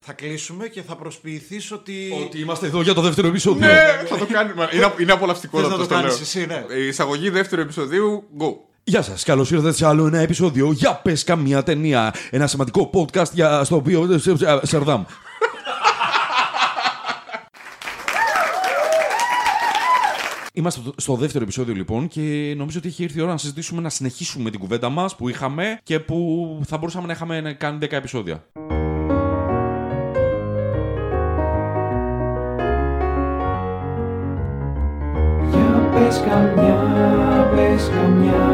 θα κλείσουμε και θα προσποιηθείς ότι. Ότι είμαστε εδώ για το δεύτερο επεισόδιο. Ναι, θα το κάνουμε. Είναι, είναι απολαυστικό Ε, Θες να να το, το στο λέω. κάνεις εσύ, ναι. Η εισαγωγή δεύτερου επεισοδίου, go. Γεια σας, καλώς ήρθατε σε άλλο ένα επεισόδιο. Για πες καμία ταινία. Ένα σημαντικό podcast για, στο οποίο. ε, σε- σε- Σερδάμ. Είμαστε στο δεύτερο επεισόδιο λοιπόν και νομίζω ότι έχει έρθει η ώρα να συζητήσουμε να συνεχίσουμε την κουβέντα μας που είχαμε και που θα μπορούσαμε να είχαμε να κάνει 10 επεισόδια. Για πες καμιά, πες καμιά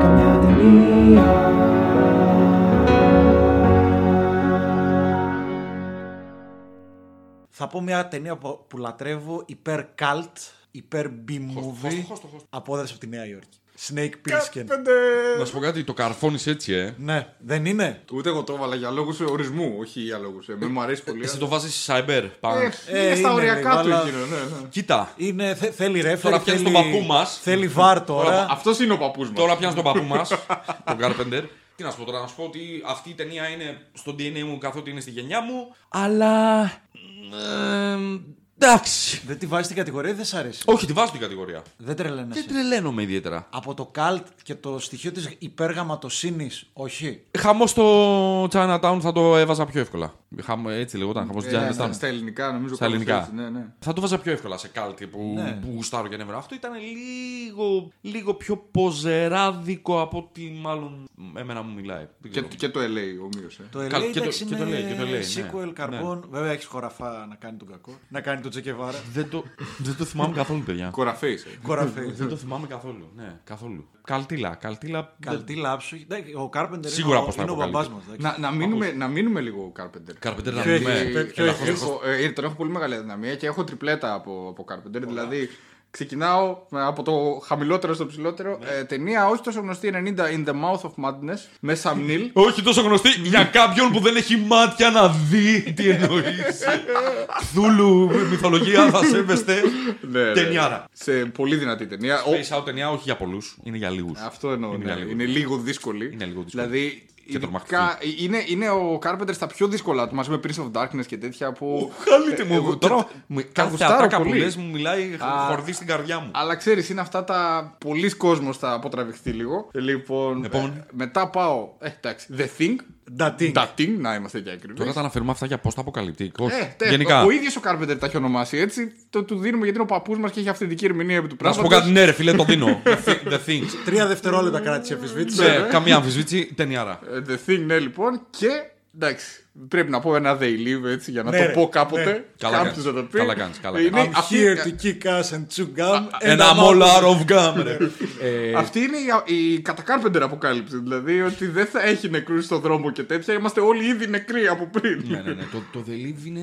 Καμιά ταινία Θα πω μια ταινία που, που λατρεύω υπέρ cult, υπέρ B-movie. Απόδραση από τη Νέα Υόρκη. Snake Plissken. Να σου πω κάτι, το καρφώνεις έτσι, ε. Ναι, δεν είναι. Ούτε εγώ το έβαλα για λόγους ορισμού, όχι για λόγους. Εμένα μου αρέσει πολύ. Εσύ το βάζεις σε cyber. punk. Ε, είναι στα είναι λίγο, οριακά του αλλά- εκείνο, ναι, ναι. Κοίτα, Είναι, θε- θέλει ρέφερ. Τώρα πιάνεις τον παππού μας. Θέλει βάρ τώρα. Αυτός είναι ο παππούς μας. Ε. Τώρα πιάνω τον παππού μας, τον Carpenter. Τι να σου πω τώρα, να σου πω ότι αυτή η ταινία είναι στο DNA μου καθότι είναι στη γενιά μου. Αλλά. ε, εντάξει. δεν τη βάζει στην κατηγορία ή δεν σ' αρέσει. Όχι, τη βάζω την κατηγορία. Δεν Δεν τρελαίνεσαι. τρελαίνομαι ιδιαίτερα. Από το cult και το στοιχείο της υπεργαματοσύνης, όχι. Χαμό στο Chinatown θα το έβαζα πιο εύκολα. Χαμ- έτσι λεγόταν, χαμός στο Ε, στα- Chinatown. Στα ελληνικά, νομίζω. Στα κάπως ελληνικά. έτσι, Ναι, ναι. Θα το βάζα πιο εύκολα σε κάλτι που, Ναι. που γουστάρω και νεύρα. Αυτό ήταν λίγο, λίγο πιο ποζεράδικο από ότι μάλλον εμένα μου μιλάει. Δεν Και, ξέρω. και το LA ομοίως. ε. Το LA Κα- και το- εντάξει, και το είναι λέει, και το λέει, ναι. sequel Ναι. καρπών. Βέβαια έχεις χωραφά να κάνει τον κακό. Να κάνει τον Τζεκεβάρα. Δεν το, δεν το θυμάμαι καθόλου, παιδιά. Κοραφέης, ε. Κοραφέι. Δεν το θυμάμαι καθόλου. Ναι, καθόλου. Καλτήλα, καλτήλα. Καλτή λάψου. Εντάξει, Ναι, Ο Κάρπεντερ Σίγουρα είναι, ο- πως θα είναι ο αποκαλύπτει. μπαμπάς μας. Να, να, μείνουμε, να μείνουμε λίγο ο Carpenter. Κάρπεντερ να Ποιο πούμε. έχεις, Ε, ποιο ε, έχεις. έχω- ε, ε, Τον έχω πολύ μεγάλη αδυναμία και έχω τριπλέτα από, από Carpenter. Δηλαδή, ξεκινάω με- από το χαμηλότερο στο ψηλότερο. Ναι. Ε, ταινία όχι τόσο γνωστή 90 In the Mouth of Madness με Sam Neill. Όχι τόσο γνωστή για κάποιον που δεν έχει μάτια να δει τι εννοείς. Θούλου μυθολογία, θα σέβεστε. Ναι, ναι. Ταινιάρα. Σε πολύ δυνατή ταινία. Ο- Space Out ταινιά, όχι για πολλούς. Είναι για λίγους. Αυτό εννοώ. Είναι ναι. λίγο Είναι λίγο δύσκολη. Είναι λίγο δύσκολη. Δηλαδή, τρομακτική. ειδικά, είναι, είναι ο Carpenter στα πιο δύσκολα του μαζί με Prince of Darkness και τέτοια που. Χαλίτε Ε, εγώ μου. Τώρα τε- με τα κάθε γουστάρω ατάκα που πολύ. λες μου μιλάει Α. χορδί στην καρδιά μου. Αλλά ξέρεις, είναι αυτά τα. Πολλοί κόσμος θα αποτραβηχθεί λίγο. Λοιπόν. Επόμενη. ε, μετά πάω. Ε, εντάξει. The Thing. Ντατίνγκ. The Thing, να είμαστε και ακριβείς. Τώρα τα αναφέρουμε αυτά για πώ τα αποκαλύπτει. Όχι. Ε, τε, Γενικά. Ο ίδιος ο Κάρπεντερ τα έχει ονομάσει έτσι. Το του δίνουμε γιατί είναι ο παππούς μας και έχει αυθεντική ερμηνεία επί του Να σου πω πράγματος. κάτι, ναι, ρε φίλε, το δίνω. The thi- The things. Τρία δευτερόλεπτα κράτησε η αμφισβήτησης. Ναι, Καμία αμφισβήτηση, ταινιάρα. The Thing, ναι, λοιπόν. Και εντάξει. Πρέπει να πω ένα They Live έτσι για να Ναι, το ρε, πω κάποτε. Καλά Κάποιος κάνεις, θα το πει. Ε, καλά κάνεις, καλά Είναι I'm αυτή- here to kick ass and chew gum. and Ναι, Ένα I'm out. μολάρ of gum, ρε. Ε, Αυτή είναι η, η κατά Carpenter αποκάλυψη. Δηλαδή ότι δεν θα έχει νεκρούς στον δρόμο και τέτοια. Είμαστε όλοι ήδη νεκροί από πριν. Ναι, ναι, ναι. Το, το The Leave είναι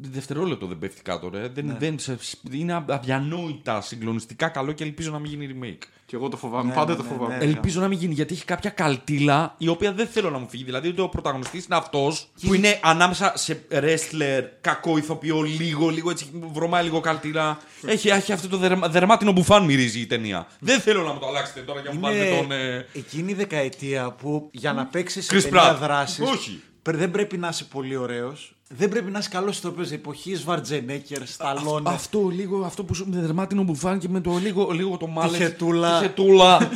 δευτερόλεπτο δεν πέφτει κάτω, ρε. Δεν, Ναι. δεν, σε- είναι α- αδιανόητα, συγκλονιστικά καλό και ελπίζω να μην γίνει remake. Και εγώ το φοβάμαι. Πάντα ναι, το ναι, φοβάμαι. ναι. Ελπίζω να μην γίνει γιατί έχει κάποια καλτήλα η οποία δεν θέλω να μου φύγει. Δηλαδή ότι ο πρωταγωνιστής είναι αυτός που είναι ανάμεσα σε wrestler, κακό ηθοποιό, λίγο, λίγο έτσι, βρωμάει λίγο καλτήλα. Έχει, έχει αυτό το δερμα- δερμάτινο μπουφάν μυρίζει η ταινία. Δεν θέλω να μου το αλλάξετε τώρα για να μου πάρετε τον. Ναι. Είναι ε, εκείνη η δεκαετία που για να παίξεις Chris σε ταινία Pratt. δράσης. Όχι. Δεν πρέπει να είσαι πολύ ωραίος. Δεν πρέπει να είσαι καλός ηθοποιός. Εποχής Βαρτζενέκερ, Σταλόνε. Αυτό λίγο, αυτό που σου με δερμάτινο μπουφάν και με το λίγο, λίγο το μάλετ. χετούλα. Τη χετούλα.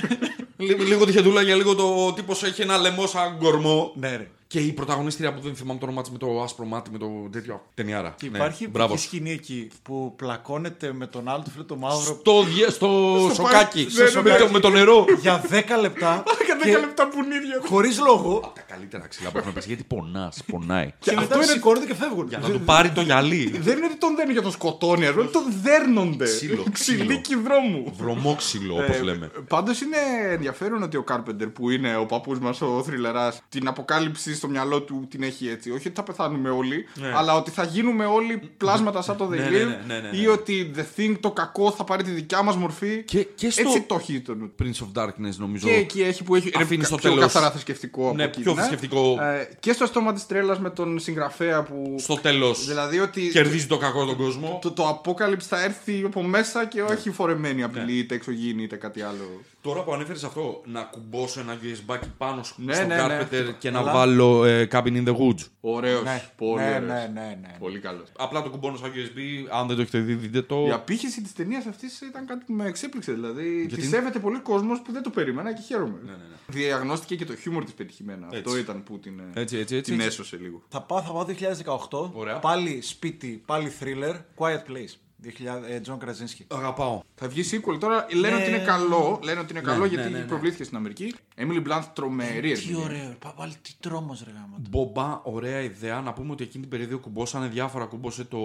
λίγο, λίγο τη χετούλα για λίγο το τύπος έχει ένα λαιμό σαν κορμό. Ναι, ρε. Και η πρωταγωνίστρια που δεν θυμάμαι το όνομά της με το άσπρο μάτι, με το τέτοιο. Ταινιάρα. Και Ναι, υπάρχει μπράβο. μια σκηνή εκεί που πλακώνεται με τον άλλο του φίλο το μαύρο Στο, διε- στο σοκάκι. ναι, ναι, Στο- ναι. με το- Με το νερό. για 10 λεπτά. Κάνα δέκα λεπτά πουνίδια. Χωρίς λόγο. Τα καλύτερα ξύλα που έχουν πέσει. Γιατί πονάς, πονάει. Και μετά σηκώνονται και φεύγουν. Να του πάρει το γυαλί. Δεν είναι ότι τον δένουν για τον σκοτώνει, αλλά τον δέρνονται. Ξύλο, Ξυλίκι δρόμου. Βρωμόξυλο, όπω λέμε. Πάντως είναι ενδιαφέρον ότι ο Κάρπεντερ που είναι ο παππούς μας, ο θρυλεράς, την αποκάλυψη στο μυαλό του την έχει έτσι. Όχι ότι θα πεθάνουμε όλοι, αλλά ότι θα γίνουμε όλοι πλάσματα σαν το The Ναι, Live ναι, ναι, ναι, ναι, ναι. ή ότι The Thing το κακό θα πάρει τη δικιά μας μορφή. Και- και στο- Έτσι το έχει το νου του. Prince of Darkness, νομίζω. Και εκεί έχει που έχει Αφήνει ρε, στο πιο τέλος. καθαρά θρησκευτικό. από Ναι, εκεί, πιο θρησκευτικό. Ε, και στο στόμα της τρέλας με τον συγγραφέα που. Στο τέλος. Δηλαδή ότι Κερδίζει το κακό τον κόσμο. Ναι. το, το Apocalypse θα έρθει από μέσα και όχι φορεμένη απειλή, είτε εξωγήινη είτε κάτι άλλο. Τώρα που ανέφερες αυτό, να κουμπώσω ένα USB πάνω στο Ναι, στο ναι, ναι. carpenter και να Αλλά- βάλω ε, Cabin in the Woods. Ωραίος. Ναι, Πολύ ναι, ωραίος. ναι, ναι, ναι. Πολύ καλός. Απλά το κουμπώνω σαν USB. Αν δεν το έχετε δει, δείτε το. Η απήχηση της ταινίας αυτής ήταν κάτι που με εξέπληξε. Δηλαδή, τη την- σέβεται πολύ κόσμος που δεν το περίμενα και χαίρομαι. ναι, ναι. Διαγνώστηκε και το χιούμορ της πετυχημένα. Έτσι. Αυτό ήταν που την, Έτσι, έτσι, έτσι. την έτσι. έσωσε λίγο. Θα πάω, θα πάω 2018. Ωραία. Πάλι σπίτι, πάλι thriller. Quiet Place. 2000, ε, John Krasinski. Αγαπάω. Θα βγει sequel τώρα. Λένε Ναι. ότι είναι καλό. Λένε ότι είναι καλό ναι, γιατί ναι, Ε, ναι. προβλήθηκε στην Αμερική. Emily Blunt τρομερή Τι ερμηνεία. ωραίο. Πα- Πάλι τι τρόμος ρε γάμα. Μπομπά, ωραία ιδέα. Να πούμε ότι εκείνη την περίοδο κουμπώσανε διάφορα. Κούμπωσε το.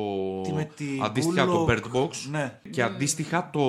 Τι με τη αντίστοιχα το Bullock. Bird Box. Ναι. Και αντίστοιχα το.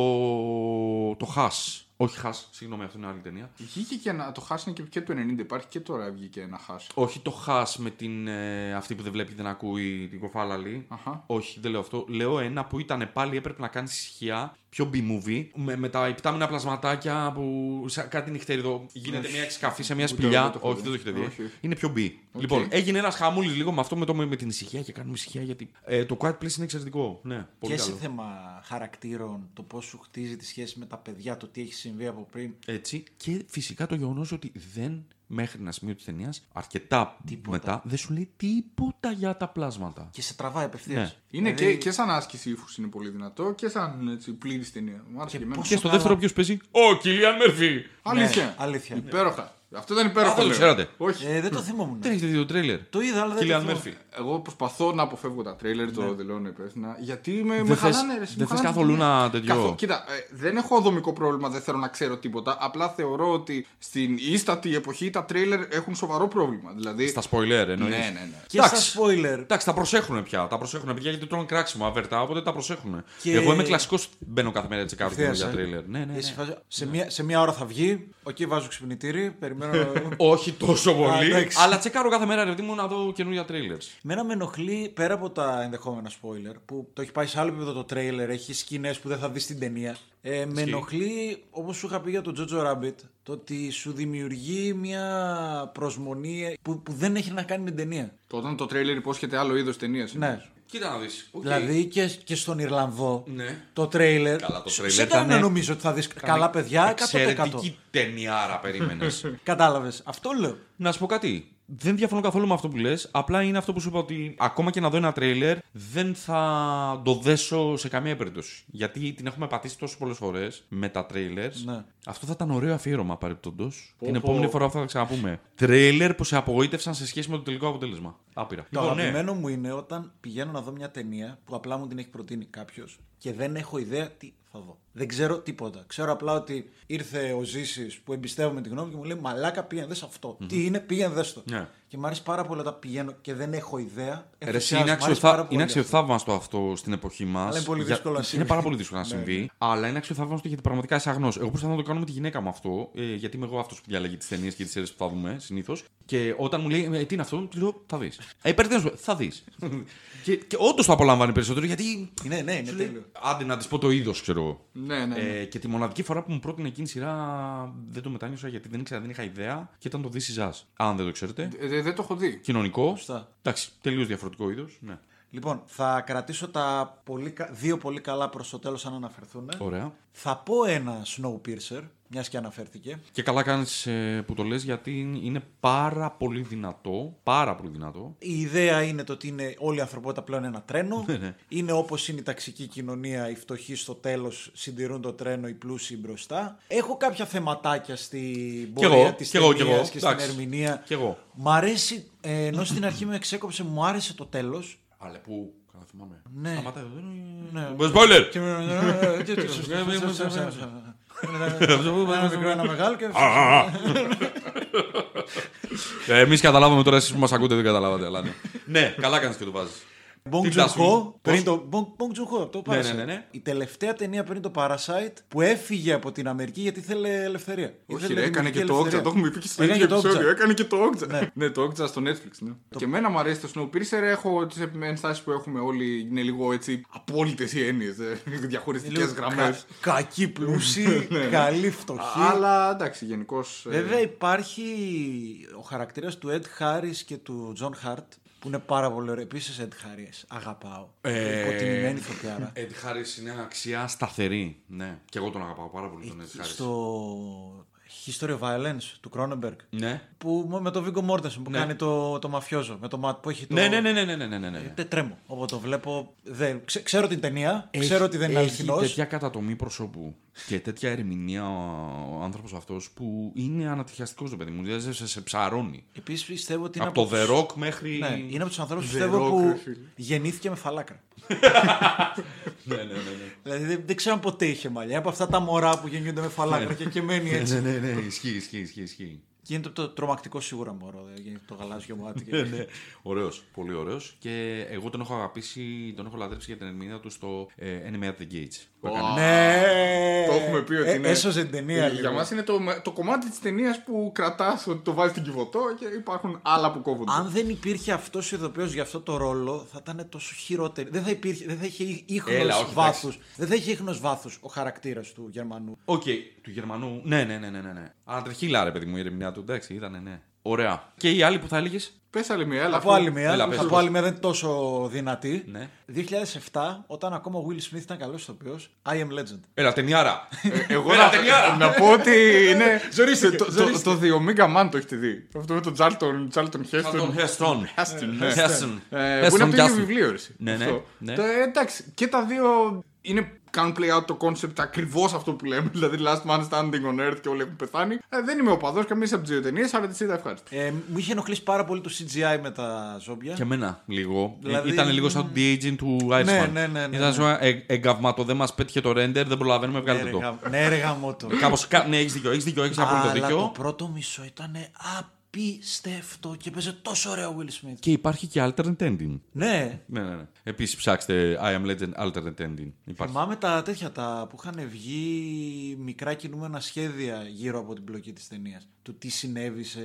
Το Haas. Όχι Haas, συγγνώμη, αυτό είναι άλλη ταινία. Βγήκε και ένα, το Χάσ είναι και, και του 90, υπάρχει και τώρα βγήκε ένα Χάσ. Όχι το Haas με την. ε, αυτή που δεν βλέπει, δεν ακούει την κοφάλαλη. Αχα. Όχι, δεν λέω αυτό. Λέω ένα που ήταν πάλι έπρεπε να κάνει σιχιά, πιο B-movie, με, με τα επιτάμινα πλασματάκια που. Σαν κάτι νυχτερίδο. Γίνεται μια εξκαφή σε μια Ούτε σπηλιά. εγώ δεν Όχι, το έχω δει. δεν το έχετε δει. Όχι, όχι. Είναι πιο B. Λοιπόν, έγινε ένας χαμούλης λίγο με αυτό με, το, με, με την ησυχία και κάνουμε ησυχία γιατί. Ε, το Quiet Place είναι εξαιρετικό. Ναι, πολύ Και σε καλό. θέμα χαρακτήρων, το πώς σου χτίζει τη σχέση με τα παιδιά, το τι έχει συμβεί από πριν. Έτσι. Και φυσικά το γεγονός ότι δεν μέχρι ένα σημείο της ταινίας, αρκετά Τίποτα. μετά, δεν σου λέει τίποτα για τα πλάσματα. Και σε τραβάει απευθείας. Ναι. Είναι και, και σαν άσκηση ύφους είναι πολύ δυνατό και σαν έτσι, πλήρης ταινία. Μου άρεσε και εμένα. πώς- Και στο καλά. δεύτερο ποιος παίζει. Ο Κιλιαν Μερφύ. Αλήθεια. Ναι, αλήθεια. Υπέροχα. Αυτό ήταν υπέροχο. Α, δεν το λέω. ξέρατε. Όχι. Ε, δεν το θυμόμουν. Δεν έχετε δει το τρέλερ. Το είδα, αλλά δεν το Κιλιαν θυμόμουν. Μέρφυ. Εγώ προσπαθώ να αποφεύγω τα τρέιλερ, το δηλώνω υπεύθυνα. Γιατί με, με Ναι. Δεν θες- χαλάνε, ρε, εσύ, δεν θες μου χαλάνε καθόλου την ταινία. να τέτοιο. Καθο- Κοίτα, ε, δεν έχω δομικό πρόβλημα, δεν θέλω να ξέρω τίποτα. Απλά θεωρώ ότι στην ίστατη εποχή τα τρέιλερ έχουν σοβαρό πρόβλημα. Δηλαδή. Στα spoiler Ναι, εννοείς. ναι, ναι. Και στα Εντάξει. spoiler. Εντάξει, τα προσέχουν πια. Τα προσέχουν πια γιατί τρώνε κράξιμο αβερτά, οπότε τα προσέχουν. Και- Εγώ είμαι κλασικός. Μπαίνω κάθε μέρα έτσι κάπου Ευθείας, για ε. τρέιλερ. Ναι, ναι. ναι. Εσύ φάζω- Σε, μία, σε μία ώρα θα βγει. Οκ, βάζω ξυπνητήρι. Περιμένω. Όχι τόσο Α, πολύ, εντάξει. αλλά τσεκάρω κάθε μέρα ρε παιδί μου να δω καινούργια τρέιλερ. Μένα με ενοχλεί πέρα από τα ενδεχόμενα spoiler που το έχει πάει σε άλλο επίπεδο το τρέιλερ, έχει σκηνές που δεν θα δεις στην ταινία. Ε, με ενοχλεί, όπως σου είχα πει για τον Τζότζο Ράμπιτ, το ότι σου δημιουργεί μια προσμονή ε, που, που δεν έχει να κάνει με την ταινία. Το- Όταν το τρέιλερ υπόσχεται άλλο είδος ταινίας. Ναι. Κοίτα να δεις. Δηλαδή και, και στον Ιρλανδό Ναι. το τρέιλερ. Καλά, το σε- τρέιλερ σε έκανε να ήταν- νομίζω ότι θα δεις καλά παιδιά 100%. Εξαιρετική ταινιάρα περίμενες. Κατάλαβες. Αυτό λέω. να σου πω κάτι. Δεν διαφωνώ καθόλου με αυτό που λες. Απλά είναι αυτό που σου είπα ότι ακόμα και να δω ένα τρέιλερ δεν θα το δέσω σε καμία περίπτωση. Γιατί την έχουμε πατήσει τόσο πολλές φορές με τα τρέιλερ. Ναι. Αυτό θα ήταν ωραίο αφιέρωμα παρεπτόντως. Την πω. επόμενη φορά που θα τα ξαναπούμε. Τρέιλερ που σε απογοήτευσαν σε σχέση με το τελικό αποτέλεσμα. Άπειρα. Το Λοιπόν, ναι. αγαπημένο μου είναι όταν πηγαίνω να δω μια ταινία που απλά μου την έχει προτείνει κάποιος και δεν έχω ιδέα τι θα δω. Δεν ξέρω τίποτα. Ξέρω απλά ότι ήρθε ο Ζήσης που εμπιστεύομαι τη γνώμη και μου λέει Μαλάκα πήγαινε δες αυτο Τι είναι, πήγαινε δες το. Ναι. Και μου αρέσει πάρα πολύ όταν πηγαίνω και δεν έχω ιδέα. Ρε, εσύ, Ενθουσιάζομαι. είναι, Μ' αρέσει πάρα αξιοθά... πολύ είναι αυτό. αξιοθαύμαστο αυτό στην εποχή μας. Αλλά είναι πολύ δύσκολο να Είναι συμβεί. πάρα πολύ δύσκολο να Ναι, συμβεί. Αλλά είναι αξιοθαύμαστο γιατί πραγματικά είσαι αγνός. Εγώ προσπαθώ να το κάνω με τη γυναίκα μου αυτό, ε, γιατί είμαι εγώ αυτός που διαλέγει τις ταινίες και τις σειρές που θα δούμε συνήθως. Και όταν μου λέει «Ε, τι είναι αυτό, του λέω θα δεις. Ε, υπερδίνω σου, θα δεις. και και όντως το απολαμβάνει περισσότερο γιατί. Είναι, ναι, είναι σου λέει, τέλειο. Άντε να της πω το είδος, ξέρω εγώ. Ναι, ναι. ναι. Ε, και τη μοναδική φορά που μου πρότεινε εκείνη η σειρά δεν το μετάνιωσα γιατί δεν ήξερα, δεν είχα ιδέα και ήταν το This Is Us. Αν δεν το ξέρετε. Ε, δε- δεν το έχω δει. Κοινωνικό. Σωστά. Εντάξει, τελείως διαφορετικό είδος. Ναι. Λοιπόν, θα κρατήσω τα πολύ, κα- δύο πολύ καλά προς το τέλος αν αναφερθούν. Ωραία. Θα πω ένα Snowpiercer, μιας και αναφέρθηκε. Και καλά κάνεις ε, που το λες γιατί είναι πάρα πολύ δυνατό, πάρα πολύ δυνατό. Η ιδέα είναι το ότι είναι όλη η ανθρωπότητα πλέον ένα τρένο. Ναι, ναι. είναι όπως είναι η ταξική κοινωνία, οι φτωχοί στο τέλος συντηρούν το τρένο, οι πλούσιοι μπροστά. Έχω κάποια θεματάκια στην Κι εγώ, πορεία της κι εγώ, ταινία κι και, εγώ. στην Εντάξει. ερμηνεία. Κι εγώ. Μ' αρέσει, ε, ενώ στην αρχή με εξέκοψε, μου άρεσε το τέλος. Αλλά που, καλά θυμάμαι. Ναι. Σταματάει εδώ. Ναι. Spoiler! Ένα μικρό, ένα μεγάλο και. Ε, Εμείς καταλάβαμε τώρα εσείς που μας ακούτε δεν καταλάβατε. Αλλά ναι. ναι, καλά κάνεις και το βάζεις. Bong Τι Joon-ho τάσου, πριν πώς? το, Bong, Bong Joon-ho, από το Ναι, Parasite. ναι, ναι, ναι. Η τελευταία ταινία πριν το Parasite που έφυγε από την Αμερική γιατί ήθελε ελευθερία. Όχι, Ήθελε ρε, έκανε δημιουργική και το Όκτζα. ελευθερία. Το έχουμε πει και στο δηλαδή, Έκανε ίδιο και το Okja. επεισόδιο. Έκανε και το Όκτζα. Ναι. Ναι, το Όκτζα στο Netflix. Ναι. Και εμένα μου αρέσει το Snowpiercer. Έχω τις ενστάσεις που έχουμε όλοι. Είναι λίγο έτσι απόλυτες οι ε, έννοιε. Διαχωριστικές Λίγο γραμμές. κα- Κακοί πλούσιοι, καλοί φτωχοί. Ναι, Αλλά εντάξει, ε, γενικώ. Βέβαια υπάρχει ο χαρακτήρας του Ed Harris και του John Hart Που είναι πάρα πολύ ωραίο. Επίσης, Ed Harris. Αγαπάω. Ε, Υποτιμημένη ηθοποιάρα. Ed Harris είναι αξιά σταθερή. Ναι. Και εγώ τον αγαπάω πάρα πολύ τον Ed Harris. Στο History of Violence του Cronenberg. Ναι. Που, με τον Βίγκο Μόρτενσον που Ναι. κάνει το, το μαφιόζο. Με το ματ που έχει το. Ναι, ναι, ναι, ναι, ναι, ναι, ναι, ναι, ναι. Δεν τρέμω. Όποτε το βλέπω. Δεν... ξε- ξέρω την ταινία. ξέρω ότι δεν είναι έχει αληθινός. τέτοια κατατομή προσώπου και τέτοια ερμηνεία ο ο άνθρωπος αυτός που είναι ανατυχιαστικός το παιδί μου. Δηλαδή σε, σε ψαρώνει. Επίσης πιστεύω ότι είναι από το τους- The Rock μέχρι. Ναι, είναι από τους ανθρώπους The πιστεύω Rock, ρε που φίλε. γεννήθηκε με φαλάκρα. ναι, ναι, ναι, ναι. Δηλαδή δεν, δεν ξέρω αν ποτέ είχε μαλλιά. Από αυτά τα μωρά που γεννιούνται με φαλάκρα και, και μένει έτσι. ναι, ναι, ναι, ισχύει, ισχύει, ισχύει. ισχύει. Γίνεται το τρομακτικό σίγουρα μωρό. δεν Γίνεται το γαλάζιο μάτι. και- Ναι. Ωραίος, πολύ ωραίος Και εγώ τον έχω αγαπήσει, τον έχω λατρέψει για την ερμηνεία του στο ε, Enemy at the Gates. που Ω, έκανε. Ναι! Το έχουμε πει ότι Ε, είναι. Έσωσε την ταινία. Ε, Για λίγο. μας είναι το, το κομμάτι της ταινίας που κρατάς, ότι το βάζεις στην κυβωτό και υπάρχουν άλλα που κόβονται. Αν δεν υπήρχε αυτός ο ηθοποιό για αυτό το ρόλο, θα ήταν τόσο χειρότερη. Δεν θα, υπήρχε, δεν θα είχε Έλα, ίχνο όχι, βάθους. Δεν θα είχε ίχνος βάθους ο χαρακτήρας του Γερμανού. Οκ, του Γερμανού. Ναι, ναι, ναι, ναι. ναι, ναι. Ανατριχίλα, ρε παιδί μου, η ερμηνεία του. Εντάξει, ήταν, ναι. Ωραία. Και οι άλλοι που θα έλεγες. Πες άλλη μία, έλα. Από αφού- άλλη μία, Έλα, πες, θα πω πες. άλλη μία, δεν είναι τόσο δυνατή. Ναι. 2007, όταν ακόμα ο Will Smith ήταν καλός ηθοποιός, I am legend. Έλα, ταινιάρα. Εγώ Έλα, να, ταινιάρα. να πω ότι είναι. Ζωρίστηκε, Το, το, ζωρίστηκε. το The Omega Man το έχετε δει. Αυτό με τον Charlton, Charlton Τον Heston. Χέστον. Heston, ναι. Χέστον. Ε, Που είναι από το ίδιο βιβλίο. ρε, εσύ. Ναι, ναι, Αυτό. ναι. Το, ε, εντάξει, και τα δύο είναι, κάνουν play out το concept ακριβώς αυτό που λέμε. Δηλαδή, last man standing on earth και όλοι έχουν πεθάνει. Ε, δεν είμαι οπαδό καμία από τις δύο ταινίες, αλλά τι είδα ευχάριστα. Ε, μου είχε ενοχλήσει πάρα πολύ το CGI με τα ζόμπια. Και εμένα λίγο. Δηλαδή, Ήταν λίγο σαν το de-aging του Irishman. ναι, ναι, ναι, ναι. Ήταν σαν ε, εγκαυματό, δεν μας πέτυχε το render, δεν προλαβαίνουμε, Ναι, βγάλτε ρε, το. γα- ναι, ρε γαμώτο. Κάπως, κα- ναι, έχεις δίκιο, έχεις δίκιο, έχεις απόλυτο Αλλά το δίκιο. πρώτο μισό ήταν απίστευτο και παίζε τόσο ωραίο ο Will Smith. Και υπάρχει και alternate ending. Ναι, Ναι, ναι, ναι. Επίσης ψάξτε I am legend alternate ending. Υπάρχει. Θυμάμαι τα τέτοια τα που είχαν βγει μικρά κινούμενα σχέδια γύρω από την πλοκή της ταινίας. Του τι συνέβη σε...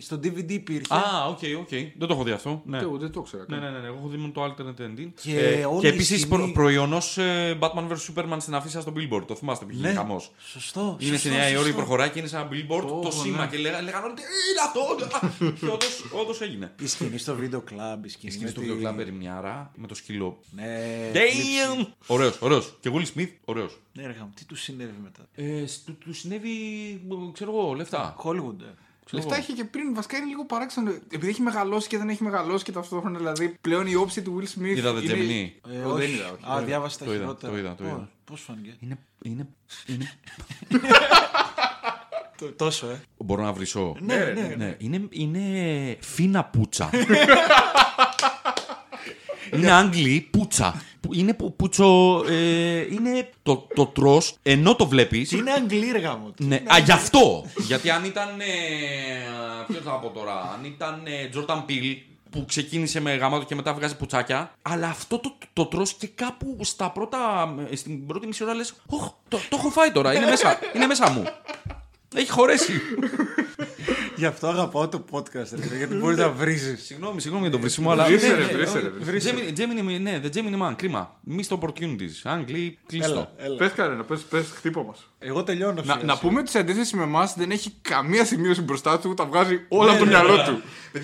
Στο DVD υπήρχε. Α, οκ, οκ. Δεν το έχω δει αυτό. Ναι. Και εγώ δεν το ήξερα. Ναι, καν. ναι, ναι, ναι, εγώ έχω δει μόνο το alternate ending. Ε, Και όλη και η επίσης σκηνή- προϊόνό ε, Batman vs Superman στην αφίσα στο Billboard. Το θυμάστε που είχε ναι. ναι. χαμός. Σωστό. Είναι σωστό, στη Νέα Υόρκη, σωστό. προχωράει και είναι σε ένα billboard Ω, το σήμα ναι. και λέγανε λέγαν ότι «Ε, είναι αυτό. Α, Και όντως- όντως έγινε. Η σκηνή στο βίντεο κλαμπ, η σκηνή, Η σκηνή με στο τη- βίντεο κλαμπ Ερημιάρα με το σκυλό. Ναι, λήψη. Damn! Ωραίος, ωραίος. Και Will Smith, ωραίος. Ναι, ρε γαμ, τι του συνέβη μετά. Ε, στ- του- του συνέβη, ξέρω εγώ, λεφτά. Hollywood. ε. Λεφτά είχε και πριν, βασικά είναι λίγο παράξενο. Επειδή έχει μεγαλώσει και δεν έχει μεγαλώσει και ταυτόχρονα, δηλαδή πλέον η όψη του Will Smith. Είδατε είναι- Gemini? Ε, Εγώ δεν είδα, όχι. Α, διάβασα τα Το είδα, χειρότερα. το είδα, το Ω, είδα. Πώς φάνηκε. Είναι, είναι, είναι Τ- Τόσο, ε. Μπορώ να βρίσω. Ναι, ναι, ναι. ναι. Είναι, είναι φίνα πούτσα. είναι Άγγλοι πούτσα. Που- Είναι που- πούτσο. ε, είναι το, το τρως, ενώ το βλέπεις. Είναι Αγγλή, ρε γαμ. Ναι. Α, γι' αυτό! Γιατί αν ήταν. Ε, ποιος θα πω τώρα. Αν ήταν ε, Τζόρταν Πιλ που ξεκίνησε με γαμάτο και μετά βγάζει πουτσάκια. Αλλά αυτό το, το, το τρως και κάπου στα πρώτα, ε, στην πρώτη μισή ώρα λες. το, το έχω φάει τώρα. Είναι μέσα, είναι μέσα μου. Έχει χωρέσει. Γι' αυτό αγαπάω το podcast, ρε, φίλε, γιατί μπορείς να βρίζεις. Συγγνώμη, συγγνώμη για τον βρίσιμο, αλλά. Βρίσαι, Ναι, ρε, ναι, βρίσαι, ναι. ρε, βρίσαι. Gemini- Gemini, ναι, the Gemini Man, κρίμα. Missed opportunities. Άγγλοι, κλείστο. Έλα, έλα. Πες κανένα, πες, πες χτύπω μας. Εγώ τελειώνω. Να, σιγά να σιγά. πούμε ότι σε αντίθεση με εμάς δεν έχει καμία σημείωση μπροστά του, τα βγάζει όλα από το μυαλό του.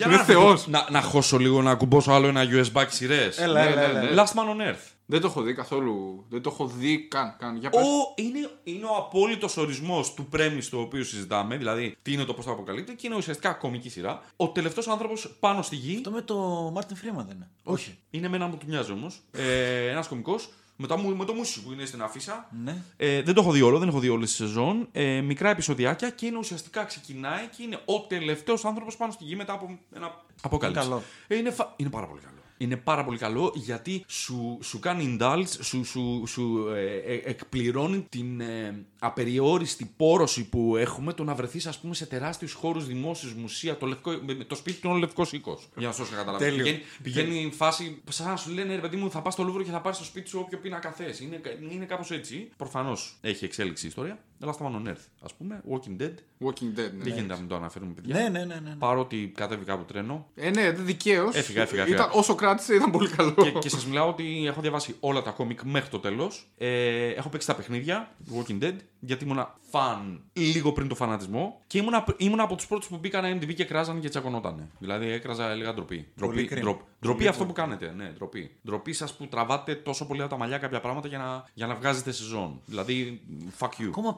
Είναι θεός. Να, να χώσω λίγο, να κουμπώσω άλλο ένα US back σειρέ. Έλα, Ναι, έλα, ναι, έλα. ναι. Last Man on Earth. Δεν το έχω δει καθόλου. Δεν το έχω δει καν. καν. Για πες. Ο, είναι, είναι ο απόλυτος ορισμός του πρέμι το οποίο συζητάμε, δηλαδή τι είναι το πώς το αποκαλύπτει, και είναι ουσιαστικά κομική σειρά. Ο τελευταίος άνθρωπος πάνω στη γη. Αυτό με το Μάρτιν Φρήμα δεν είναι. Όχι. Είναι με έναν που του μοιάζει όμως. Ε, ένας κωμικός. Με, τα μου- με το μουσι που είναι στην αφίσα. Ναι. Ε, δεν το έχω δει όλο, δεν έχω δει όλε τι σεζόν. Ε, μικρά επεισοδιάκια και είναι ουσιαστικά ξεκινάει και είναι ο τελευταίος άνθρωπος πάνω στη γη μετά από ένα αποκάλυψη. Καλό. Ε, είναι, φα- είναι πάρα πολύ καλό. Είναι πάρα πολύ καλό γιατί σου, σου κάνει indulge, σου, σου, σου ε, ε, εκπληρώνει την ε, απεριόριστη πόρωση που έχουμε το να βρεθείς, ας πούμε, σε τεράστιους χώρους δημόσιους, μουσεία, το, λευκό, με- με το σπίτι του είναι ο λευκός οίκος. Για να σου καταλάβει. Τέλειο. Πηγαίνει, πηγαίνει η φάση, σαν να σου λένε ρε παιδί μου, θα πας στο Λούβρο και θα πάρεις στο σπίτι σου όποιο πίνακα θες. Είναι, είναι κάπως έτσι. Προφανώς έχει εξέλιξη η ιστορία. Αλλά στα on Earth, ας πούμε. Walking Dead. Walking Dead. Δεν Ναι. γίνεται να μην το αναφέρουμε, παιδιά. Ναι, ναι, ναι. ναι. Παρότι κατέβηκα από τρένο, Ε, ναι, δεν δικαίω. Έφυγα, έφυγα, Ήταν έφυγα. όσο κράτησε, ήταν πολύ καλό. και, και σας μιλάω ότι έχω διαβάσει όλα τα κόμικ μέχρι το τέλος. Ε, έχω παίξει τα παιχνίδια του Walking Dead γιατί ήμουνα φαν λίγο πριν το φανατισμό. Και ήμουνα, ήμουνα από τους πρώτους που μπήκαν MDB και κράζαν και τσακωνότανε. Δηλαδή έκραζα, έλεγα ντροπή. Ντροπή, κρίμα. ντροπή, ντροπή αυτό που κάνετε. Ναι, ντροπή. Ντροπή σας που τραβάτε τόσο πολύ από τα μαλλιά κάποια πράγματα για να, για να βγάζετε σεζόν. Δηλαδή, fuck you.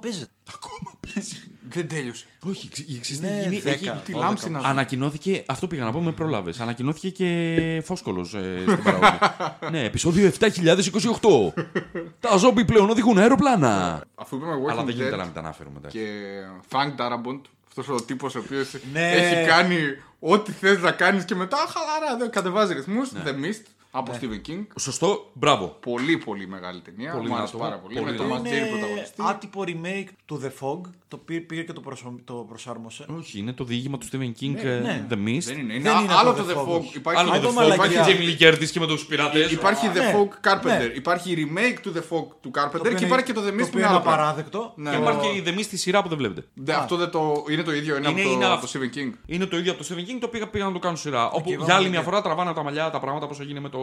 Ακόμα παίζεται. Δεν τέλειωσε. Όχι, ξε- η εξής Ναι, έχει γίνει- δέκα, έχει- Τι λάμψη να Ανακοινώθηκε, αυτό πήγα να πω, με πρόλαβε. Ανακοινώθηκε και φόσκολο ε, στην παραγωγή. ναι, επεισόδιο 7028. Τα ζόμπι πλέον οδηγούν αεροπλάνα. Αφού είπαμε Αλλά Walking δεν γίνεται να Dead μην τα αναφέρω μετά. και Frank Darabont, αυτό ο τύπο ο οποίο Ναι. έχει κάνει ό,τι θε να κάνει και μετά χαλαρά δεν κατεβάζει ρυθμού. Ναι. The Mist από Stephen King. Σωστό, μπράβο. Πολύ πολύ μεγάλη ταινία. Πολύ Μου άρεσε δυνατό, πάρα πολύ. πολύ Με τον δυνατό. Ματ Τζέρι Είναι πρωταγωνιστή. άτυπο remake του The Fog, το οποίο πήγε και το, προσω- το προσάρμοσε. Όχι, είναι το διήγημα του Stephen King ε, ναι. The Mist. Δεν είναι. Δεν Είναι α- είναι άλλο το το The The Fog. Fog. Υπάρχει Άλλο Άλλο το το The Fog. μαλακιά. Υπάρχει Jamie Lee Curtis και με τους πειράτε. Ε, Υπάρχει The ναι. Fog Carpenter. Ναι. Υπάρχει remake του The Fog Το του Carpenter οποίο και υπάρχει και το The το Mist οποίο που είναι είναι άλλο. πράγμα. απαράδεκτο. Ναι. Και Το- υπάρχει και η The Mist στη σειρά που δεν βλέπετε. Ναι, Αυτό δεν το. Είναι το ίδιο. Είναι, Είναι- από, το, είναι από αυτό. το Stephen King. Είναι το ίδιο από το Stephen King, το πήγα, πήγα να το κάνουν σειρά. όπου πάμε για άλλη και- μια φορά τραβάνε από τα μαλλιά τα πράγματα όπως έγινε με το,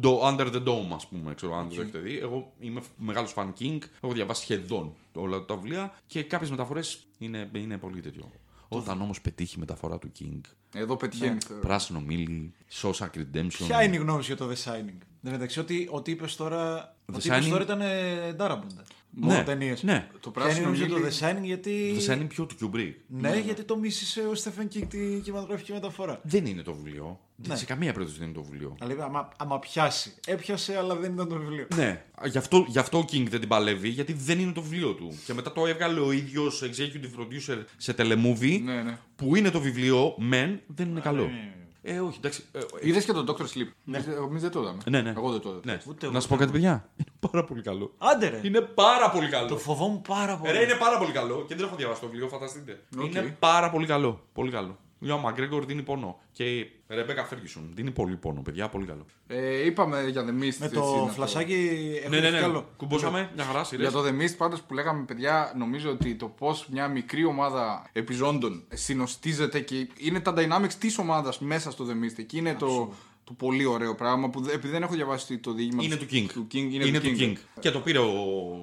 το Under the Dome, ας πούμε. Ξέρω αν το έχετε δει. Εγώ είμαι μεγάλος fan King. Έχω διαβάσει σχεδόν όλα τα βιβλία και κάποιες μεταφορές είναι, είναι πολύ τέτοιο. Όταν όμω πετύχει η μεταφορά του King, Εδώ πετυχαίνει. θεωρώ. πράσινο μίλι, Shawshank Redemption. Ποια είναι η γνώμη σου για το The Shining. Δεν μεταξύ, ότι, ότι είπες τώρα. Ότι είπες Shining- τώρα ήταν ε, Darabont. Μόνο ναι, ταινίες. ναι. Ποια είναι η Το πράσινο γνώμη σου για μίλι. το The Shining, γιατί. Το Shining πιο του Kubrick. Ναι, γιατί το μίσησε ο Στεφεν Κικ την κινηματογραφική μεταφορά. Δεν είναι το βιβλίο. Ναι. Σε καμία περίπτωση δεν είναι το βιβλίο. Αλλά είπε, άμα, άμα πιάσει. Έπιασε, αλλά δεν ήταν το βιβλίο. Ναι. Γι' αυτό, γι αυτό ο King δεν την παλεύει, γιατί δεν είναι το βιβλίο του. Και μετά το έβγαλε ο ίδιος executive producer σε telemovie, Ναι, ναι. που είναι το βιβλίο, μεν, δεν είναι καλό. Ε, όχι, εντάξει. ε, ε, Είδες και τον Dr. Sleep. Εμείς δεν το είδαμε. ναι, ναι. Εγώ δεν το είδα. ναι. ούτε εγώ Να σου πω κάτι, παιδιά. Είναι πάρα πολύ καλό. Άντε ρε. Είναι πάρα πολύ καλό. Το φοβόμουν πάρα πολύ. Ρε, είναι πάρα πολύ καλό και δεν έχω διαβάσει το βιβλίο, φανταστείτε. Οκ. Είναι πάρα πολύ καλό. Πολύ καλό. Ο Μαγκρέγκορ δίνει πόνο. Και η Ρεμπέκα Φέργισον δίνει πολύ πόνο, παιδιά. Πολύ καλό. Ε, είπαμε για The Mist. Με έτσι, το είναι αυτό. φλασάκι έχω Ναι, ναι, ναι. Ε, καλό. Κουμπώσαμε, μια χαρά, σειρές. Για το The Mist πάντως που λέγαμε παιδιά νομίζω ότι το πως μια μικρή ομάδα επιζώντων συνοστίζεται και είναι τα dynamics της ομάδας μέσα στο The Mist εκεί είναι το, το πολύ ωραίο πράγμα που δε- επειδή δεν έχω διαβάσει το διήγημα Είναι του King. είναι, του King. Και το πήρε ο.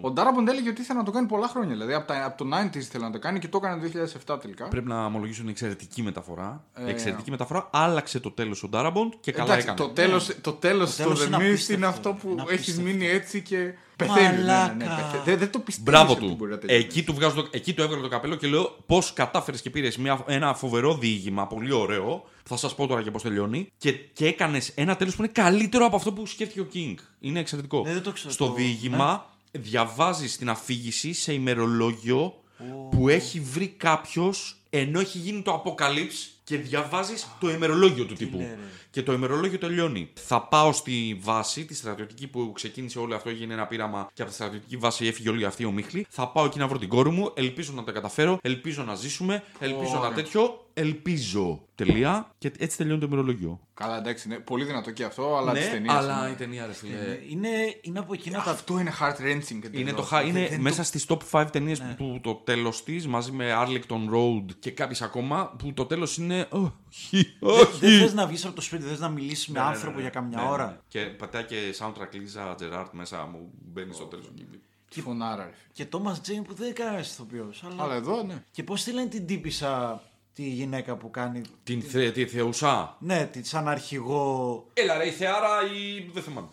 Ο Darabont έλεγε ότι ήθελε να το κάνει πολλά χρόνια. Δηλαδή από, τα, από το 90s ήθελε να το κάνει και το έκανε το 2007 τελικά. Πρέπει να ομολογήσω είναι εξαιρετική μεταφορά. εξαιρετική μεταφορά. Άλλαξε το τέλος ο Ντάραμποντ και καλά Ε, ναι. Εντάξει, έκανε. το τέλος, το τέλος Ναι. Το το τέλος The είναι Mist απίστευτο, είναι αυτό που είναι έχεις απίστευτο. μείνει έτσι και πεθαίνει. Ναι, ναι, ναι, Μαλάκα. πεθαίνει. Δεν, δεν το πιστεύεις. Μπράβο του. Εκεί του, βγάζω το, εκεί του έβγαλε το καπέλο και λέω πώς κατάφερες και πήρες ένα φοβερό διήγημα, πολύ ωραίο. Θα σας πω τώρα και πώς τελειώνει. Και, και έκανες ένα τέλος που είναι καλύτερο από αυτό που σκέφτηκε ο King. Είναι εξαιρετικό. Ναι, δεν το ξέρω Στο το- διήγημα διαβάζεις την αφήγηση σε ημερολόγιο που έχει βρει κάποιος ενώ έχει γίνει το αποκαλύψη και διαβάζεις το ημερολόγιο του Ναι, τύπου. λέει, ρε. Και το ημερολόγιο τελειώνει. Θα πάω στη βάση, τη στρατιωτική που ξεκίνησε όλο αυτό, έγινε ένα πείραμα και από τη στρατιωτική βάση έφυγε όλη αυτή η ομίχλη. Θα πάω εκεί να βρω την κόρη μου. Ελπίζω να τα καταφέρω. Ελπίζω να ζήσουμε. Ελπίζω να Ωραία. τέτοιο. Ελπίζω. Τελεία. Και έτσι τελειώνει το ημερολόγιο. Καλά, εντάξει, είναι πολύ δυνατό και αυτό, αλλά τις ναι, ταινίες αλλά είναι. η ταινία ρε φίλε. Ε, Είναι, είναι από εκείνα τα Αυτό είναι heart wrenching. Είναι, το, Ναι. χα- είναι μέσα στις top 5 ταινίες που το τέλος της μαζί με Arlington Road και κάποιες ακόμα που το τέλος είναι όχι, όχι. Δεν θες να βγεις από το σπίτι, θες να μιλήσεις με άνθρωπο για καμιά Ναι, ώρα. ναι. Και πατάει και soundtrack Λίζα Τζεράρτ μέσα μου μπαίνει στο τέλος του κήπη. Τι φωνάρα, ρε. φίλε. Και Τόμα Τζέιν που δεν έκανε ηθοποιό. Αλλά... Αλλά εδώ, ναι. Και πώς τη λένε την τύπησα τη γυναίκα που κάνει. Την θε, τη θεούσα. Ναι, τη, σαν αρχηγό. Έλα ρε η θεάρα ή δεν θυμάμαι.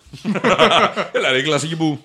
Έλα ρε η κλασική που...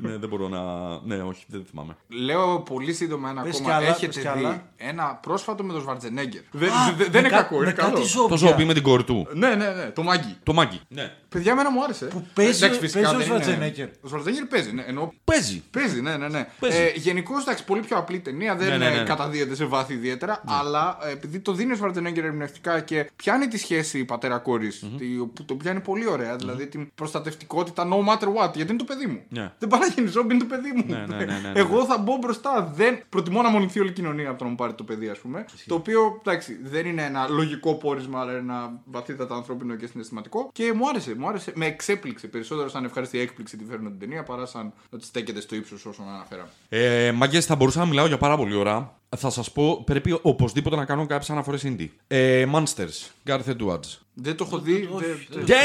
ναι δεν μπορώ να... Ναι όχι δεν θυμάμαι. Λέω πολύ σύντομα ένα Πες ακόμα. κι άλλα, πες κι Έχετε δει άλλα. ένα πρόσφατο με τον Σβαρτζενέγκερ. Ε, Δεν, δεν- δεν είναι κακό, είναι καλό. Κάτι Το ζόμπι με την κόρη του. Ναι, ναι, ναι, το μάγκι. Το μάγκι. Ναι. Παιδιά, εμένα μου άρεσε. Που παίζει- Εντάξει, παίζει φυσικά ο δεν είναι- Σβαρτζενέγκερ. Ο Σβαρτζενέγκερ παίζει, ναι. Ενώ Παίζει. παίζει, ναι, ναι. ναι. Παίζει. Ε, Γενικώς, εντάξει, πολύ πιο απλή ταινία. Δεν Ναι, ναι, ναι, ναι. ε, καταδίεται σε βάθη ιδιαίτερα. Αλλά ε, επειδή το δίνει ο Σβαρτζενέγκερ ερμηνευτικά και πιάνει τη σχέση πατέρα-κόρης, τη- που το πιάνει πολύ ωραία, Δηλαδή την προστατευτικότητα no matter what. Γιατί είναι το παιδί μου. Ναι. Δεν πάει να γίνει ζόμπι, είναι το παιδί μου. Ναι, ναι, ναι, ναι, ναι. Εγώ θα μπω μπροστά. Δεν... Προτιμώ να μολυνθεί όλη η κοινωνία από το να μου πάρει το παιδί, ας πούμε. Το οποίο εντάξει, δεν είναι ένα λογικό πόρισμα, αλλά ένα βαθύτατα ανθρώπινο και συναισθηματικό. Και μου άρεσε, μου άρεσε. Με εξέπληξε περισσότερο σαν ευχάριστη έκπληξη τη φέρνω την ταινία παρά σαν ότι στέκεται στο ύψος όσων αναφέραμε. Ε, Μάγκες, θα μπορούσα να μιλάω για πάρα πολλή ώρα. Θα σας πω, πρέπει οπωσδήποτε να κάνω κάποιες αναφορές indie. Ε, Monsters, Garth Edwards. Δεν το έχω δει. Ε, όχι, δεν- δεν- δεν-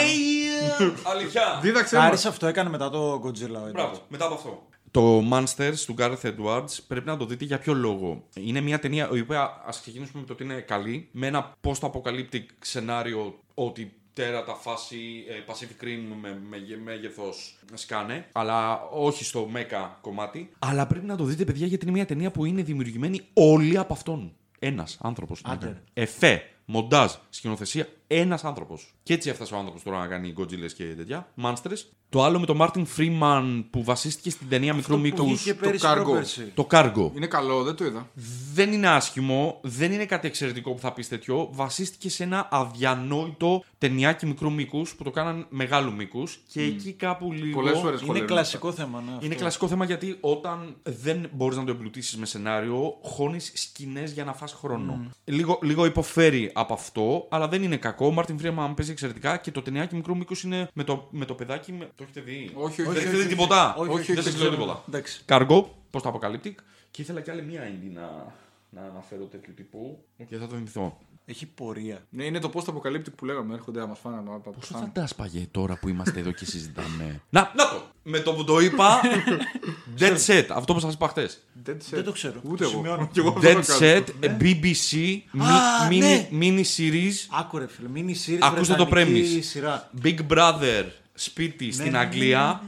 Damn! Αλήθεια! Δίδαξε Άρης μας. αυτό έκανε μετά το Godzilla. ο Edwards. Μπράβο, μετά από αυτό. Το Monsters του Gareth Edwards πρέπει να το δείτε για ποιο λόγο. Είναι μια ταινία η οποία ας ξεκινήσουμε με το ότι είναι καλή, με ένα post-apocalyptic σενάριο ότι τέρατα φάση ε, Pacific Rim με, με, γε- μέγεθος σκάνε, αλλά όχι στο μέκα κομμάτι. Αλλά πρέπει να το δείτε, παιδιά, γιατί είναι μια ταινία που είναι δημιουργημένη όλοι από αυτόν. Ένας άνθρωπος. Άντε. Εφέ, ναι. Ε, μοντάζ, σκηνοθεσία, ένας άνθρωπος. Και έτσι έφτασε ο άνθρωπος τώρα να κάνει Godzilla και τέτοια. Monsters. Το άλλο με τον Martin Freeman που βασίστηκε στην ταινία μικρού Που μήκου. βγήκε πέρυσι Cargo. πρόπερσι. Το Cargo. Είναι καλό, δεν το είδα. Δεν είναι άσχημο, δεν είναι κάτι εξαιρετικό που θα πεις τέτοιο. Βασίστηκε σε ένα αδιανόητο ταινιάκι μικρού μήκου που το κάναν μεγάλου μήκου και εκεί κάπου λίγο. Πολλές φορές Είναι χωλένουν κλασικό θέμα. Ναι, Είναι αυτό. κλασικό θέμα γιατί όταν δεν μπορείς να το εμπλουτίσεις με σενάριο, χώνεις σκηνές για να φας χρόνο. Λίγο, λίγο υποφέρει από αυτό, αλλά δεν είναι κακό. Ο Μάρτιν Φρίαμαν παίζει εξαιρετικά και το ταινιάκι μικρού μήκους είναι με το, με το παιδάκι. με- Το έχετε δει. Όχι, όχι, δεν έχετε όχι, δει όχι. τίποτα. Όχι, όχι, δεν όχι, σας λέω ξέρω. τίποτα. Εντάξει. Καργκό, πώς το αποκαλύπτει. Και ήθελα κι άλλη μία ίντι να, να αναφέρω τέτοιου τύπου. Και θα το θυμηθώ. Έχει πορεία. Ναι, είναι το πώ αποκαλύπτει που λέγαμε. Έρχονται να μα φάνε. να τα Πώ θα πάνε. τα σπαγε τώρα που είμαστε εδώ και συζητάμε. να, να το! Με το που το είπα. Dead set, αυτό που σας είπα χτε. Dead set. Δεν το ξέρω. Ούτε Το εγώ. σημειώνω. Κι εγώ αυτό Dead θα κάνω. Set, BBC, Α, μι- ναι. mini- mini series, Άκουρε, φίλε. Μην η Ακούστε το premise. σειρά. Big Brother σπίτι στην ναι, Αγγλία.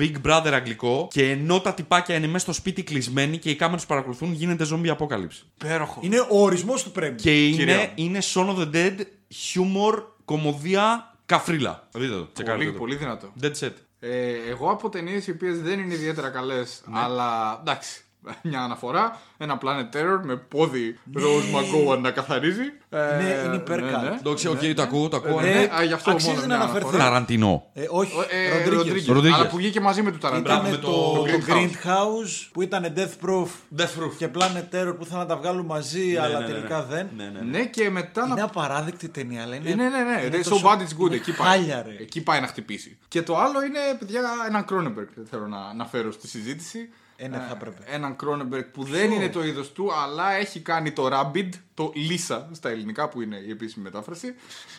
Big Brother αγγλικό. Και ενώ τα τυπάκια είναι μέσα στο σπίτι κλεισμένοι και οι κάμερες του παρακολουθούν, γίνεται zombie apocalypse. Υπέροχο. Είναι ο ορισμός του premise. Και είναι, Κυρία. είναι Son of the Dead, humor, κομμωδία, καφρίλα. Δείτε το, τσεκάρετε Πολύ, το. πολύ δυνατό. Dead Set. Ε, εγώ από ταινίες οι οποίες δεν είναι ιδιαίτερα καλές, Ναι. αλλά εντάξει. Μια αναφορά, ένα Planet Terror με πόδι Rose McGowan να καθαρίζει. Ε, Ναι, είναι υπέρκαλ. Εντάξει, οκ, το ακούω, το Ε, ακούω. Ναι, α, γι' αυτό Λοιπόν, αξίζει μόνο να μια αναφερθεί. αναφορά. Ταραντινό. Ε, όχι, Ο- ε, Rodriguez. Rodriguez. Rodriguez. Αλλά που βγήκε μαζί με του Ταραντίνο. με Ήταν το- το Grindhouse. Grindhouse που ήταν Death Proof Death Proof. και Planet Terror που ήθελαν να τα βγάλουν μαζί, αλλά τελικά δεν. Ναι, ναι. Ναι, και μετά να Είναι απαράδεκτη ταινία, αλλά είναι. Ναι, ναι, ναι. είναι Ρε, τόσο- So bad it's good. είναι Εκεί πάει. Χάλια, ρε. Εκεί πάει να χτυπήσει. Και το άλλο είναι, παιδιά, έναν Κρόνεμπεργκ. Δεν θέλω να, να φέρω στη συζήτηση. Ε, ναι, θα έπρεπε. Έναν Κρόνεμπεργκ που δεν είναι το είδος του, αλλά έχει κάνει το Rabbit, το Λίσα στα ελληνικά που είναι η επίσημη μετάφραση.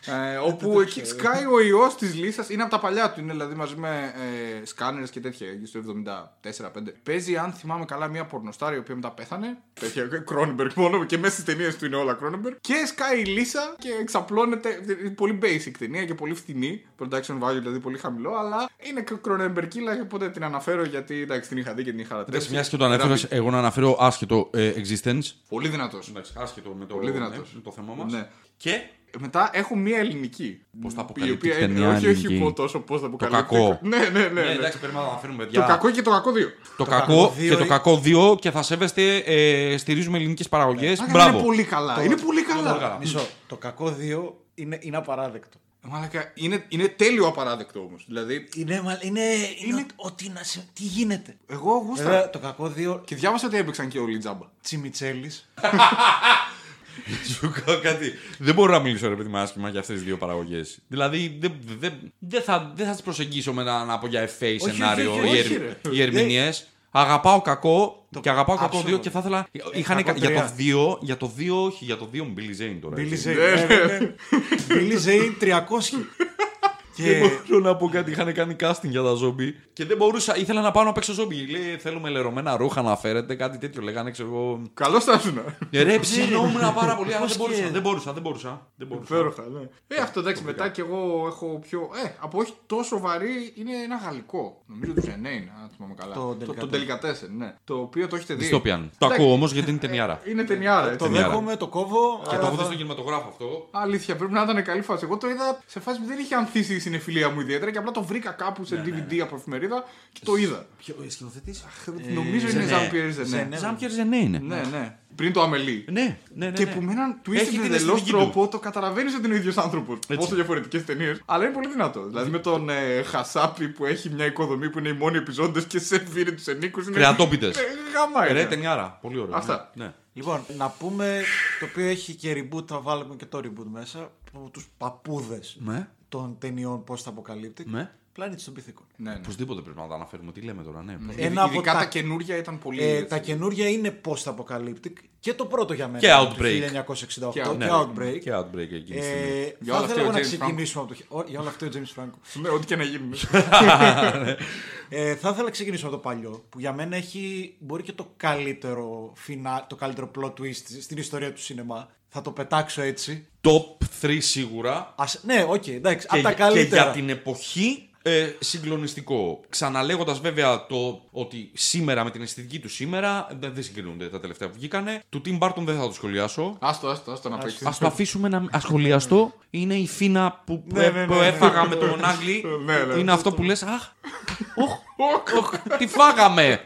ε, όπου εκεί σκάει ο ιός της Λίσας, είναι από τα παλιά του. Είναι δηλαδή μαζί με ε, σκάνερ και τέτοια, εκεί στο 74-5. Παίζει, αν θυμάμαι καλά, μια πορνοστάρια η οποία μετά πέθανε. Τέτοια Κρόνεμπεργκ μόνο και μέσα στις ταινίες του είναι όλα Κρόνεμπεργκ. Και σκάει η Λίσα και εξαπλώνεται. Είναι Πολύ basic ταινία και πολύ φθηνή. Production value δηλαδή πολύ χαμηλό, αλλά είναι Κρόνεμπεργκίλα και οπότε την αναφέρω γιατί εντάξει, την είχα δει και την είχα Εντάξει, ρατρέψει. μιας και το ανέφερε, εγώ να αναφέρω άσχετο ε, existence. Πολύ δυνατός. Εντάξει, άσχετο με το, Πολύ δυνατός. ναι, με το θέμα μας. Ναι. Και Μετά έχω μία ελληνική. Πώς τα η αποκαλύπτει οποία η είναι- ταινία Όχι, ελληνική. όχι πω τόσο πώς θα αποκαλύπτει. κακό. Ναι, ναι, ναι. ναι. Ναι, εντάξει, πρέπει να τα αναφέρουμε. Το παιδιά. κακό και το κακό δύο. Το Το κακό κακό και δύο το ή- κακό δύο και θα σέβεστε, ε, στηρίζουμε ελληνικές παραγωγές. Μάκα, Μπράβο. Ναι. Είναι πολύ καλά. είναι πολύ καλά. πολύ καλά. Μισό. Το κακό 2 είναι, είναι απαράδεκτο. Μαλάκα, είναι, είναι τέλειο απαράδεκτο όμως. Δηλαδή, Είναι, μα- είναι, είναι... ο- Ότι να σε... Τι γίνεται. εγώ γούσταρα. Βέβαια, το κακό 2 Και διάβασα ότι έπαιξαν και όλοι οι τζάμπα. Τσιμιτσέλης. Σου κάνω κάτι. Δεν μπορώ να μιλήσω ρε παιδί μου άσχημα για αυτές τις δύο παραγωγές. Δηλαδή δεν δεν- δεν θα, δεν θα τις προσεγγίσω με να, να πω για FA όχι, σενάριο όχι, οι, όχι, ερ, ρε. οι ερμηνείες. Αγαπάω κακό και αγαπάω κακό absolute. δύο και θα ήθελα. Είχαν κακό για το τρία. δύο, για το δύο, όχι, για το δύο μου Billy Zane τώρα. Billy έτσι. Zane. Ε, ναι, ναι. Billy Zane 300. Λοιπόν, Δεν Και μπορώ να πω κάτι. Είχαν κάνει casting για τα ζόμπι και δεν μπορούσα. Ήθελα να πάω να παίξω ζόμπι. Λέει θέλουμε λερωμένα ρούχα να φέρετε, κάτι τέτοιο. Λέγανε, ξέρω εγώ. Καλώς θα ήσουν. Ε, Ρε, ψινόμουν πάρα πολύ, αλλά Πώς δεν μπορούσα. και- Δεν μπορούσα, δεν μπορούσα. Δεν μπορούσα. Υπέροχα, ναι. Ε, αυτό εντάξει, μετά κι εγώ έχω πιο. Ε, από όχι τόσο βαρύ είναι ένα γαλλικό. Νομίζω του Ζενέ είναι, αν θυμάμαι καλά. Το το Delicatessen, ναι. Το οποίο το έχετε δει. Dystopian. Το ακούω όμως γιατί είναι ταινιάρα. Είναι ταινιάρα. το έτσι. Ταινιάρα. δέχομαι, το κόβω. Ε, Και αλλά το έχω δει θα- στον κινηματογράφο αυτό. Αλήθεια, πρέπει να ήταν καλή φάση. Εγώ το είδα σε φάση που δεν είχε ανθίσει η συνεφιλία μου ιδιαίτερα και απλά το βρήκα κάπου σε DVD από εφημερίδα και το είδα. Ποιο σκηνοθετή. Νομίζω είναι Ζενέ. Ζαν Πιέρ Ζενέ. Ζενέ. Ζαν Πιέρ Ζενέ ε, είναι. Ναι, ναι. Πριν το Αμελή. Ναι, ναι, ναι. Και ναι. που με έναν Έχει την twist εντελώς αισθητική του. τρόπο το καταλαβαίνεις ότι είναι ο ίδιος άνθρωπος. Πόσο διαφορετικές ταινίες. Αλλά είναι πολύ δυνατό. Δηλαδή με τον ε, Χασάπη που έχει μια οικοδομή που είναι οι μόνοι επιζώντες και σε βίρε τους ενίκους. Είναι... Κρεατόπιτες. Ε, Ρε, Γαμάει. ναι. ταινιάρα. Πολύ ωραία. Αυτά. Ναι. ναι. Λοιπόν, να πούμε το οποίο έχει και reboot, θα βάλουμε και το reboot μέσα. Τους παππούδες Ναι. των ταινιών Πώς θα αποκαλύπτει. Ναι. Πλάνη των πυθίκων. Ναι, ναι. Οπωσδήποτε πρέπει να τα αναφέρουμε. Τι λέμε τώρα, ναι. πώς- Ένα Ειδικά από τα- τα καινούρια ήταν πολύ. Ε, έτσι. τα καινούρια είναι post-apocalyptic και το πρώτο για μένα. Και το Outbreak. 1968 και, Και Outbreak. Outbreak. Ναι, Και Outbreak εκείνη τη στιγμή. Ε, Για όλα θα αυτά ήθελα ο να James ξεκινήσουμε από το. Ω, Για όλα αυτό ο James Franco. Ναι, ό,τι και να γίνει. Ε, θα ήθελα να ξεκινήσω από το παλιό, που για μένα έχει μπορεί και το καλύτερο, φινά, το καλύτερο plot twist στην ιστορία του σινεμά. Θα το πετάξω έτσι. Top 3 σίγουρα. Ας, ναι, οκ, εντάξει, Και, από τα για- και καλύτερα. για την εποχή ε, συγκλονιστικό. Ξαναλέγοντας βέβαια το ότι σήμερα με την αισθητική του σήμερα δεν, δεν συγκρίνονται τα τελευταία που βγήκανε. Του Tim Burton δεν θα το σχολιάσω. Άστο, άστο, άστο να παίξεις. Ας το αφήσουμε να ασχολιαστώ. Είναι η φίνα που, Ναι, ε, ναι, ναι, που ναι. έφαγα με τον Άγγλι. Ναι, ναι. Είναι αυτό που λες. Αχ, οχ, οχ, τη φάγαμε.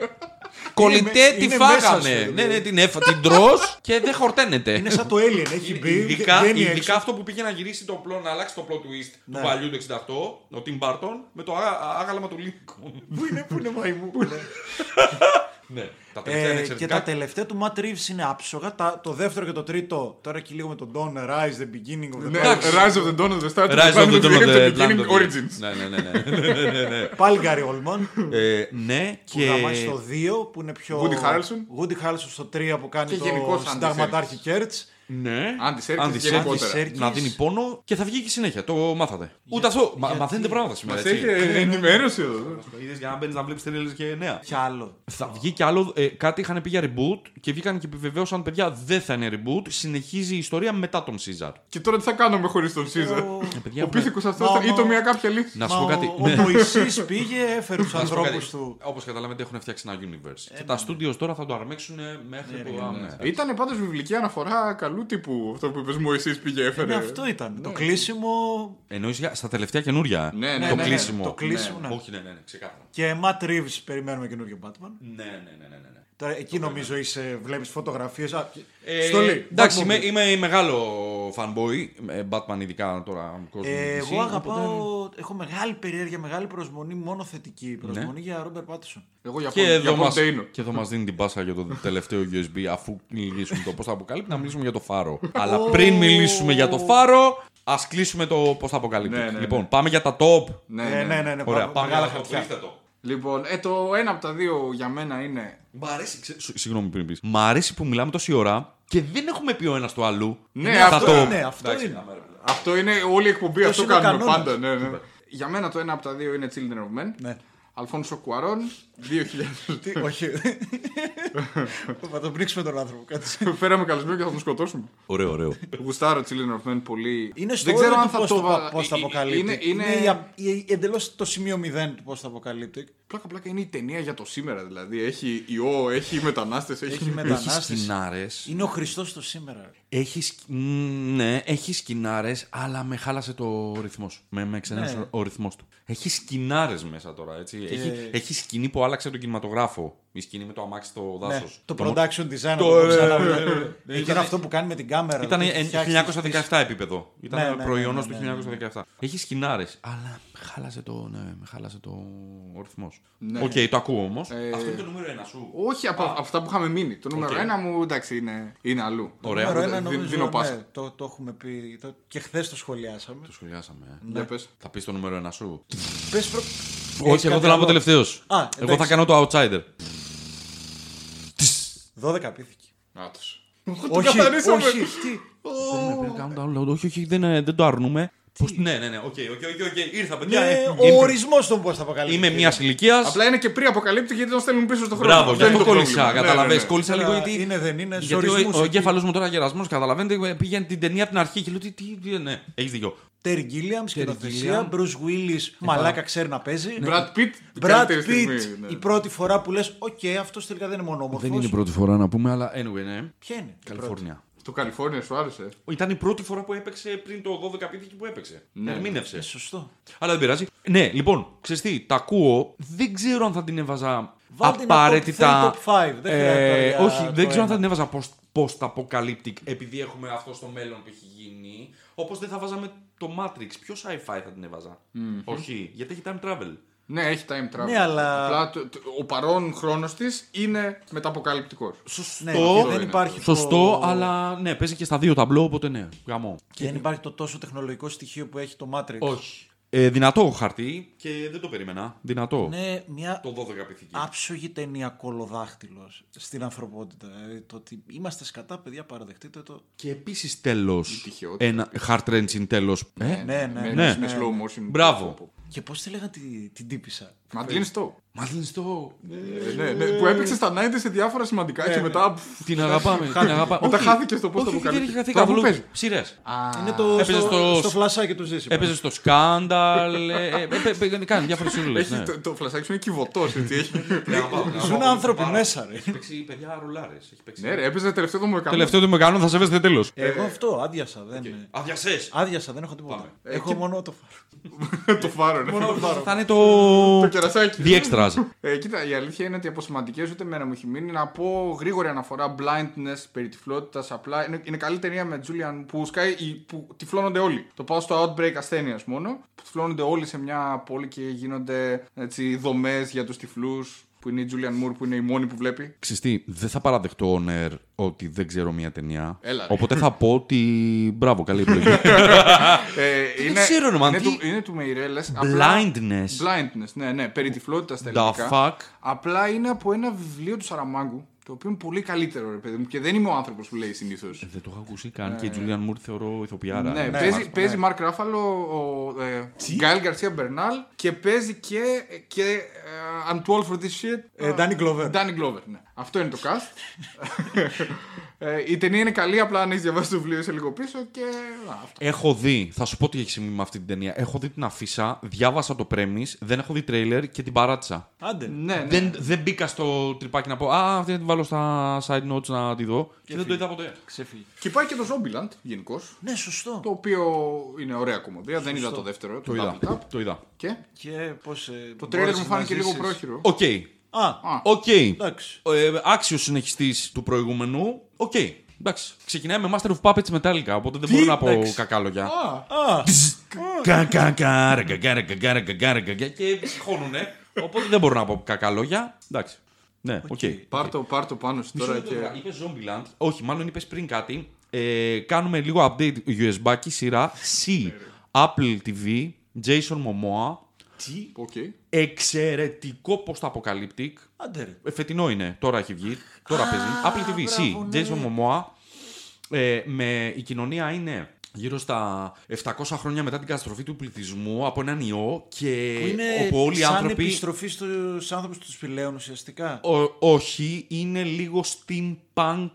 Κολλητέ, με- τη είναι μέσα σου, φάγαμε. δηλαδή. Ναι, ναι, την, έφα, την τρως και δεν χορταίνεται. Είναι σαν το Alien, έχει μπει. Ειδικά, βγαίνει ειδικά έξω. αυτό που πήγε να γυρίσει το πλό, να αλλάξει το plot twist Ναι. του παλιού του 68, ο Tim Burton, με το α- α- άγαλμα του Lincoln. Πού είναι, πού είναι, μαϊμού. ναι, τα τελευταία είναι Ε, και εξαιρετικά. τα τελευταία του Matt Reeves είναι άψογα. Τα, το δεύτερο και το τρίτο, τώρα και λίγο με τον Dawn Rise, The Beginning of the Ναι, Dark. Rise of the Dawn of the Stars. Rise of the Dawn of the Beginning Atlantic. Origins. Ναι, ναι, ναι. ναι. Πάλι Gary Oldman. Ε, ναι, Που και. γαμάει στο 2 που είναι πιο. Woody Harrelson. Woody Harrelson στο 3 που κάνει Και το γενικώς συνταγματάρχη Κέρτς. Ναι. Αντισέρκης Αντισέρκης, γενικότερα. Να δίνει πόνο και θα βγει και συνέχεια. Το μάθατε. Ούτε αυτό. Μα, μαθαίνετε πράγματα σήμερα. Μας Ναι, έτσι. έχει ενημέρωση εδώ. Είδες για να μπαίνεις να βλέπεις τρέλε και νέα. Κι άλλο. Θα βγει κι άλλο. ε, κάτι είχαν πει για reboot και βγήκαν και επιβεβαίωσαν παιδιά δεν θα είναι reboot. Συνεχίζει η ιστορία μετά τον Σίζαρ. Και τώρα τι θα κάνουμε χωρίς τον Σίζα. παιδιά, Ο πίθηκος αυτός Μάμα. ήταν ή μια κάποια λύση. Να σου πω κάτι. Ο, ο Μωυσής πήγε, έφερε τους ανθρώπους του. Ε, ναι, Όπως καταλαβαίνετε, έχουν φτιάξει ένα universe. και τα studios τώρα θα το αρμέξουν μέχρι που. α, ναι. Ήταν πάντως βιβλική αναφορά καλού τύπου αυτό που είπες μου, εσύ πήγε έφερε. Ναι, αυτό ήταν. Το κλείσιμο Εννοείς για- στα τελευταία καινούρια. Ναι, ναι, το ναι, ναι. κλείσιμο. Το κλείσιμο, ναι. Όχι, ναι, ναι, ναι, ξεκάθαρα. και Matt Reeves περιμένουμε καινούριο Batman. Ναι, ναι, ναι, ναι. ναι. Τώρα εκεί νομίζω είσαι, βλέπεις φωτογραφίες. Α, Ε, στολή. Εντάξει, Batmobile. είμαι, είμαι μεγάλο fanboy. ε, Batman, ειδικά τώρα. Κόσμο Ε, DC, εγώ αγαπάω, οπότε- έχω μεγάλη περιέργεια, μεγάλη προσμονή, μόνο Ναι. θετική προσμονή για Robert Pattinson. Εγώ για Και εδώ, Πον μας, Τέινο. και εδώ μας δίνει την πάσα για το τελευταίο USB αφού μιλήσουμε το πώς θα αποκαλύπτει να μιλήσουμε για το φάρο. Αλλά πριν μιλήσουμε για το φάρο ας κλείσουμε το πώς θα αποκαλύπτει. Ναι, ναι, ναι. Λοιπόν πάμε για τα top. Ναι, Ναι, ναι, ναι, ναι, Ωραία πάμε, πάμε για μεγάλα τα top. χαρτιά. Κλείστε το. Λοιπόν, ε, το ένα από τα δύο για μένα είναι. Μ' αρέσει, ξε- Συ- Συγγνώμη πριν πεις. Μ' αρέσει που μιλάμε τόση ώρα και δεν έχουμε πει ο ένας το αλλού. Ναι, Θα αυτό το- είναι. Ναι, αυτό είναι. Αυτό είναι όλη η εκπομπή, αυτό είναι ο κάνουμε κανόνας. πάντα. Ναι, ναι. Για μένα το ένα από τα δύο είναι Children of Men. Ναι. Αλφόνσο Κουαρών, 2000. Τι, όχι. Θα τον πνίξουμε τον άνθρωπο. Κάτσε. Φέραμε καλεσμένο και θα τον σκοτώσουμε. Ωραίο, ωραίο. Γουστάρω Children of Men πολύ. Είναι στο Δεν ξέρω όριο αν του θα πώς το το βα- πώς θα Ε, ε, αποκαλύπτει. Είναι, είναι... η α- η- εντελώς το σημείο μηδέν του πώς θα αποκαλύπτει. Πλάκα πλάκα είναι η ταινία για το σήμερα δηλαδή. Έχει ιό, έχει μετανάστες, έχει... Έχει Έχεις Ναι. μετανάστες. σκηνάρες. Είναι ο Χριστός το σήμερα. Έχεις, σκ- μ, ναι, έχεις σκηνάρες, αλλά με χάλασε το ρυθμός σου. Με, με ξενέρωσε Ναι. ο ρυθμός του. Έχει σκηνάρες μέσα τώρα, έτσι. Έχει, έχει σκηνή που άλλαξε τον κινηματογράφο. Η σκηνή με το αμάξι στο Ναι, δάσος. το production design. το- Το ξανά- ε, ε, ε, ε, Εκείνο ήταν- αυτό που κάνει με την κάμερα. Ήταν το έχει φτιάξει, το έχει 1917 επίπεδο. Ήταν Ναι, ναι, ναι, προϊόνος ναι, ναι, του ναι, 1917. Έχει σκηνάρες, αλλά με χάλασε το, ναι, με χάλασε το ο ρυθμός. Ναι. Οκ, το ακούω όμως. Ε, Αυτό είναι το νούμερο ένα σου. Όχι από από αυτά που είχαμε μείνει. Το νούμερο Οκ. ένα μου εντάξει είναι, είναι αλλού. Ωραία. Νούμερο Δι- ένα νομίζω, δίνω πάσα. ναι, το, το έχουμε πει το- και χθες το σχολιάσαμε. Το σχολιάσαμε. ε. Για πες. Θα πεις το νούμερο ένα σου. Πες προ... Έχεις Όχι, εγώ κάτι θέλω να πω άλλο? τελευταίο. εντάξει. Εγώ θα κάνω το outsider. 12 πήθηκε. Άτος. όχι, καθαρίσαμε. όχι, τι. Ναι, πρέπει να κάνουν τα όλα. Όχι, όχι, δεν, ε, δεν το αρνούμε. Πώς- Ναι, ναι, ναι, οκ, οκ, οκ, οκ, ήρθα παιδιά. Είναι Ε, ο ορισμός των πώς θα αποκαλύπτει. Είμαι μιας ηλικίας. Απλά είναι και πριν αποκαλύπτει γιατί τον στέλνουν πίσω στο χρόνο. Μπράβο, γι' Αυτό είναι αυτό το κόλλησα. πρόβλημα. Ναι, ναι, Καταλαβαίνεις, ναι. κόλλησα λίγο γιατί. Είναι, δεν είναι, σε Γιατί ο- ορισμούς ο εκεί. εγκέφαλος μου τώρα γερασμός, καταλαβαίνετε, ε, πήγαινε την ταινία από την αρχή και λέω τι. τι, τι, Ναι, έχεις δίκιο. Τέρι Γκίλιαμ, σκηνοθεσία. Μπρουζ Βίλι, μαλάκα ξέρει να παίζει. Ναι. Brad Pitt, την Μπρατ καλύτερη στιγμή, Πιτ, ναι. η πρώτη φορά που λες: Οκ, αυτός τελικά δεν είναι μονόμορφο. Δεν είναι η πρώτη φορά να πούμε, αλλά anyway, ναι. Ποια είναι. η πρώτη? Καλιφόρνια. Το Καλιφόρνια σου άρεσε. Ήταν η πρώτη φορά που έπαιξε πριν το 12 πίθηκε που έπαιξε. Ερμήνευσε. Ε, Σωστό. Αλλά δεν πειράζει. Ναι, λοιπόν, ξέρεις τι, τα ακούω. Δεν ξέρω αν θα την έβαζα Βάλτε ένα απαραίτητα. ε, top three, top five. Δεν χρειάζεται τώρα για όχι, το δεν ξέρω ένα. αν θα την έβαζα post apocalyptic επειδή έχουμε αυτό στο μέλλον που έχει γίνει. Όπως δεν θα βάζαμε το Matrix. Ποιο sci-fi θα την έβαζα. Όχι, γιατί έχει time travel. Ναι, έχει time travel. Ναι, αλλά- Απλά το- το- ο παρόν χρόνος της είναι μεταποκαλυπτικός. Σωστό. Ναι, και δεν είναι. υπάρχει. Σωστό, το... αλλά ναι, παίζει και στα δύο ταμπλό, οπότε ναι. Γαμό. Και δεν υπάρχει το τόσο τεχνολογικό στοιχείο που έχει το Matrix. Όχι. Ε, δυνατό χαρτί και δεν το περίμενα. Δυνατό. Ναι. Είναι μια Το 12 πυθική. άψογη ταινία κολοδάχτυλος στην ανθρωπότητα. Δηλαδή, το ότι είμαστε σκατά, παιδιά, παραδεχτείτε το. Και επίσης τέλος. τυχαιότητα. Ένα hard wrenching τέλος. Ε? Ναι, ναι, με, ναι. με slow motion. Μπράβο. Και πώς τη λέγανε τη- την τύπησα. Μαντλίν Στό. Μαθαίνει το. Ε, ναι, ναι, που έπαιξε στα 90 σε διάφορα σημαντικά Ναι, και μετά. πφ, Την αγαπάμε. την αγαπάμε. Μετά Όχι, χάθηκε στο πώς όχι, το όχι, Δεν αποκαλύπτει. είχε χαθεί Τώρα που καθόλου. παίζει. Σειρές. Είναι το. Έπαιζε στο, στο- στο φλασάκι του Ζήση. Έπαιζε στο σκάνταλ. ε, ε, ε, ε, ε, Κάνει διάφορες σειρούλε. Έχει, το, το φλασάκι σου είναι κυβωτός, έτσι. έχει. Ζουν άνθρωποι μέσα, ρε. Έχει παίξει παιδιά ρολάρε. ναι, ρε, έπαιζε τελευταίο το Μοϊκανό. Τελευταίο του Μεκανό θα σέβεστε τέλο. Εγώ αυτό άδειασα. Δεν... Αδειασέ. Άδειασα, δεν έχω τίποτα. Πάμε. Έχω μόνο το φάρο. το φάρο, ναι. Θα είναι Το το. κερασάκι. The extras. Ε, κοίτα, η αλήθεια είναι ότι από σημαντικές ούτε μένα μου έχει μείνει να πω γρήγορη αναφορά blindness περί τυφλότητας. Απλά είναι, είναι καλή ταινία με Julian που σκάει, η- που τυφλώνονται όλοι. Το πάω στο outbreak ασθένειας μόνο. Που τυφλώνονται όλοι σε μια πόλη και γίνονται έτσι δομές για τους τυφλούς. Που είναι η Julian Moore που είναι η μόνη που βλέπει. Ξυστή, δεν θα παραδεχτώ on air ότι δεν ξέρω μια ταινία. Έλα, ρε. Οπότε θα πω ότι. Μπράβο, καλή επιλογή. Ε, είναι, ξέρω, ρε, μα, είναι, τι- του, είναι του Μεϊρέλες. Blindness. Blindness, ναι, ναι, περί τυφλότητας στα The ελληνικά. fuck. Απλά είναι από ένα βιβλίο του Σαραμάγκου. Το οποίο είναι πολύ καλύτερο, ρε παιδί μου. Και δεν είμαι ο άνθρωπος που λέει συνήθως. Δεν το είχα ακούσει καν και η Julian Moore θεωρώ ηθοποιάρα. Ναι, Ε, παίζει, παίζει Μαρκ Ράφαλο, ο ε, Γκάιλ Γκαρσία Μπερνάλ και παίζει και, και ε, I'm too old for this shit. Ε, Danny Glover. Danny Glover, ναι. Αυτό είναι το cast. ε, η ταινία είναι καλή, απλά αν έχεις διαβάσει το βιβλίο είσαι λίγο πίσω και α, αυτό. Έχω δει, θα σου πω τι έχει συμβεί με αυτή την ταινία. Έχω δει την αφίσα, διάβασα το πρέμι, δεν έχω δει τρέιλερ και την παράτησα. Άντε. Ναι, ναι. Δεν, δεν μπήκα στο τρυπάκι να πω Α, αυτή θα την βάλω στα side notes να τη δω. Και, δεν το είδα ποτέ. Ξεφύγει. Και πάει και το Zombieland γενικώς. Ναι, σωστό. Το οποίο είναι ωραία κομμωδία. Δεν είδα το δεύτερο, το, Το είδα. Double Tap. Το είδα. Και Και πώς, ε, το τρέλερ μου μπόρεσες να φάνηκε λίγο ζήσεις. πρόχειρο. Οκ. Α, Ναι. Οκ. εντάξει. Ε, Άξιος συνεχιστής του προηγούμενου. Οκ. Εντάξει. Ξεκινάει με Master of Puppets Metallica, οπότε δεν μπορώ να πω Εντάξει. κακά λόγια. Α, Α, Κα- κα- κα- ρε, κα- κα- ρε, κα- κα- ρε, κα- κα- ρε, κα- κα- Και ψυχώνουνε. Οπότε δεν μπορώ να πω κακά λόγια. Εντάξει. Ναι, οκ. πάρ' το- πάρ' το πάνω σου τώρα και. Είπε Zombieland. Όχι, μάλλον είπες πριν κάτι. Ε, κάνουμε λίγο update USB -κι, σειρά C. Apple TV. Jason Momoa. τι. Οκ. Εξαιρετικό πώς το αποκαλύπτει. Άντε ρε. Ε, Φετινό είναι. Τώρα έχει βγει. Τώρα Α, παίζει. Apple TV. C. μπράβο, ναι. Jason Momoa. Ε, με, η κοινωνία είναι γύρω στα 700 χρόνια μετά την καταστροφή του πληθυσμού από έναν ιό και Που είναι όπου όλοι οι σαν άνθρωποι... επιστροφή στους άνθρωπους τους Σπηλαίων ουσιαστικά. Ο- όχι, είναι λίγο steampunk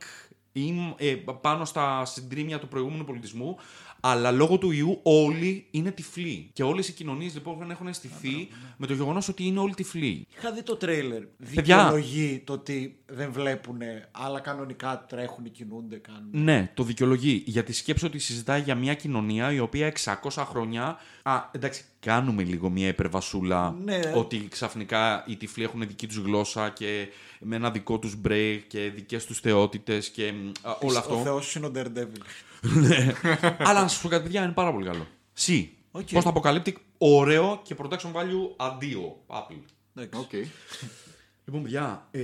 είναι, ε, πάνω στα συντρίμια του προηγούμενου πολιτισμού. Αλλά λόγω του ιού όλοι είναι τυφλοί. Και όλες οι κοινωνίες λοιπόν έχουν αισθηθεί ναι. με το γεγονός ότι είναι όλοι τυφλοί. Είχα δει το τρέιλερ. Δικαιολογεί το ότι δεν βλέπουν, αλλά κανονικά τρέχουν, κινούνται, κάνουν. Ναι, το δικαιολογεί. Γιατί σκέψω ότι συζητάει για μια κοινωνία η οποία 600 χρόνια. Α, εντάξει, κάνουμε λίγο μια υπερβασούλα. Ναι. Ότι ξαφνικά οι τυφλοί έχουν δική τους γλώσσα και με ένα δικό τους break και δικές τους θεότητες και μ, α, όλο Ο αυτό. Θεός είναι ο Daredevil. Αλλά να σας πω κάτι, παιδιά, είναι πάρα πολύ καλό. Σι. Οκ. Πώς το αποκαλύπτει, ωραίο και protection value αντίο. Apple. Εντάξει. Οκ. Λοιπόν, παιδιά. Ε...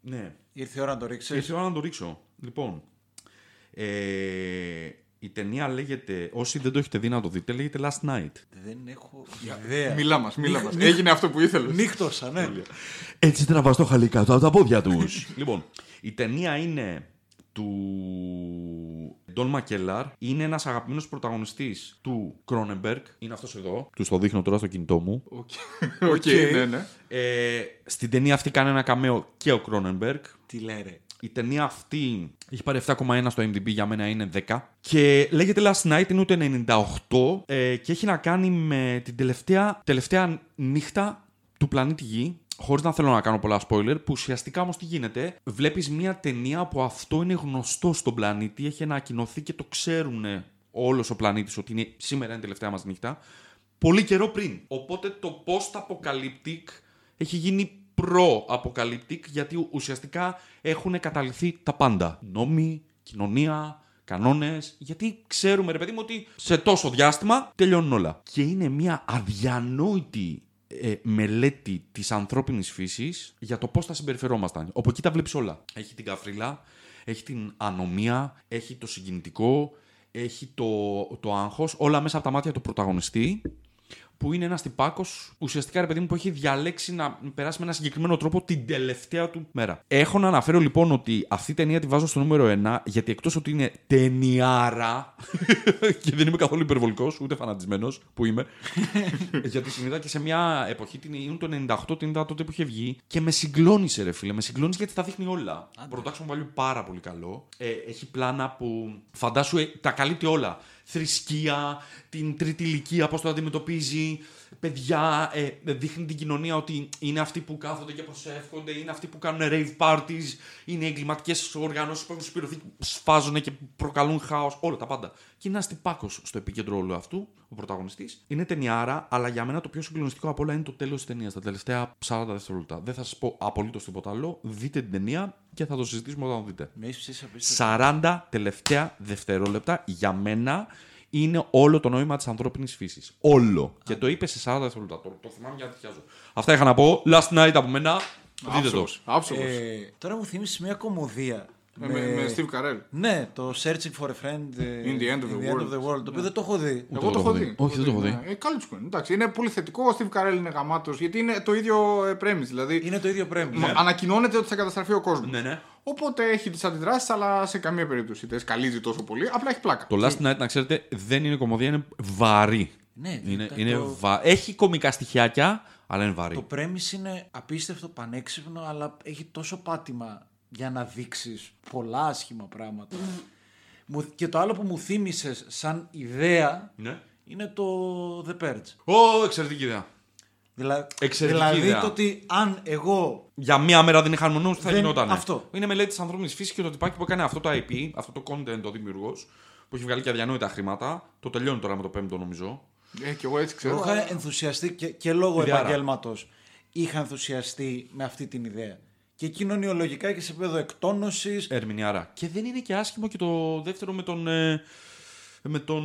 Ναι. Ήρθε η ώρα να το ρίξεις. Ήρθε η ώρα να το ρίξω. Λοιπόν, ε, η ταινία λέγεται, όσοι δεν το έχετε δει να το δείτε, λέγεται Last Night. Δεν έχω ιδέα. Μιλά μας, μιλά μα. Έγινε αυτό που ήθελες. Νύχτωσα, ναι. Έτσι τραβάς το χαλί κάτω από τα πόδια τους. λοιπόν, η ταινία είναι του Ντόν Μακέλαρ. Είναι ένας αγαπημένος πρωταγωνιστής του Κρόνεμπεργκ. Είναι αυτός εδώ. Τους το δείχνω τώρα στο κινητό μου. Οκ, Οκ, ναι, ναι. Ε, στην ταινία αυτή κάνει ένα καμέο και ο Κρόνεμπεργκ. Τι λέρε. Η ταινία αυτή έχει πάρει 7,1 στο MDB, για μένα είναι 10. Και λέγεται Last Night, είναι ούτε 98 ε, και έχει να κάνει με την τελευταία, τελευταία νύχτα του πλανήτη Γη. Χωρίς να θέλω να κάνω πολλά spoiler, που ουσιαστικά όμως τι γίνεται. Βλέπεις μια ταινία που αυτό είναι γνωστό στον πλανήτη, έχει ανακοινωθεί και το ξέρουν όλος ο πλανήτης ότι είναι, σήμερα είναι η τελευταία μας νύχτα. Πολύ καιρό πριν. Οπότε το post-apocalyptic έχει γίνει προ-apocalyptic γιατί ουσιαστικά έχουν καταληθεί τα πάντα. Νόμοι, κοινωνία, κανόνες. Γιατί ξέρουμε, ρε παιδί μου, ότι σε τόσο διάστημα τελειώνουν όλα. Και είναι μια αδιανόητη ε, μελέτη της ανθρώπινης φύσης για το πώς θα συμπεριφερόμασταν. Όπου εκεί τα βλέπεις όλα. Έχει την καφρίλα, έχει την ανομία, έχει το συγκινητικό, έχει το, το άγχος όλα μέσα από τα μάτια του πρωταγωνιστή που είναι ένας τυπάκος ουσιαστικά ρε παιδί μου που έχει διαλέξει να περάσει με ένα συγκεκριμένο τρόπο την τελευταία του μέρα. Έχω να αναφέρω λοιπόν ότι αυτή η ταινία τη βάζω στο νούμερο 1 γιατί εκτός ότι είναι ταινιάρα και δεν είμαι καθόλου υπερβολικός ούτε φανατισμένος που είμαι γιατί την είδα και σε μια εποχή, την είναι το 98-90 τότε που είχε βγει. Και με συγκλώνησε, ρε φίλε. Με συγκλώνησε γιατί τα δείχνει όλα. Production value πάρα πολύ καλό. Ε, έχει πλάνα που φαντάσου ε, τα καλύπτει όλα. Θρησκεία, την τρίτη ηλικία, πώς το αντιμετωπίζει. Παιδιά, ε, δείχνει την κοινωνία ότι είναι αυτοί που κάθονται και προσεύχονται, είναι αυτοί που κάνουν rave parties, είναι εγκληματικές οργανώσεις που έχουν σπηρωθεί, σφάζουν και προκαλούν χάος. Όλα τα πάντα. Και είναι ένα τυπάκο στο επίκεντρο όλου αυτού, ο πρωταγωνιστής. Είναι ταινιάρα, αλλά για μένα το πιο συγκλονιστικό από όλα είναι το τέλος της ταινίας, τα τελευταία 40 δευτερόλεπτα. Δεν θα σας πω απολύτως τίποτα άλλο. Δείτε την ταινία και θα το συζητήσουμε όταν δείτε. Με έχει ψήσει απίστευτο. 40 τελευταία δευτερόλεπτα για μένα είναι όλο το νόημα της ανθρώπινης φύσης. Όλο. Και το είπε σε 40 δευτερόλεπτα. Το, το θυμάμαι γιατί πιάζω. Αυτά είχα να πω. Last night από μένα. Δείτε το. Άψογος, άψογος. Ε, τώρα μου θύμισες μια κομμωδία. Ε, με, με Steve Carell. Ναι, το Searching for a Friend ε, In the End of the Το World. Ναι. οποίο δεν το έχω δει. Ούτε Εγώ το έχω δει. Όχι, δεν το έχω δει. Ναι. Ε, καλό του είναι. Εντάξει, είναι πολύ θετικό. Ο Steve Carell είναι γαμάτος γιατί είναι το ίδιο ε, premise. Δηλαδή Είναι το ίδιο Ναι. πρέμι. μα- ανακοινώνεται ότι θα καταστραφεί ο κόσμος. Ναι, ναι. Οπότε έχει τις αντιδράσεις, αλλά σε καμία περίπτωση δεν σκαλίζει τόσο πολύ. Απλά έχει πλάκα. Το Last Night, να ξέρετε, δεν είναι κομμωδία, είναι βαρύ. Ναι, Είναι, τα- είναι το- βα... Έχει κομικά στοιχιάκια, αλλά είναι βαρύ. Το premise είναι απίστευτο, πανέξυπνο, αλλά έχει τόσο πάτημα για να δείξεις πολλά άσχημα πράγματα. Μου- και το άλλο που μου θύμισες σαν ιδέα Ναι. είναι το The Purge. Ω, εξαιρετική ιδέα. Δηλα... Εξαιρετική δηλαδή ιδέα. το ότι αν εγώ. Για μία μέρα δεν είχαν μονούς, θα Δεν- γινόταν. αυτό. Είναι μελέτη της ανθρώπινης φύσης και το τυπάκι που έκανε αυτό το IP, αυτό το content ο δημιουργός, που έχει βγάλει και αδιανόητα χρήματα. Το τελειώνει τώρα με το πέμπτο, νομίζω. Ε, και εγώ έτσι Εγώ ξέρω. είχα Ε, ενθουσιαστεί και, και λόγω Ιδεάρα. επαγγέλματο είχα ενθουσιαστεί με αυτή την ιδέα. Και κοινωνιολογικά και σε επίπεδο εκτόνωσης. Ερμηνιάρα. Και δεν είναι και άσχημο και το δεύτερο με τον. ε, με τον.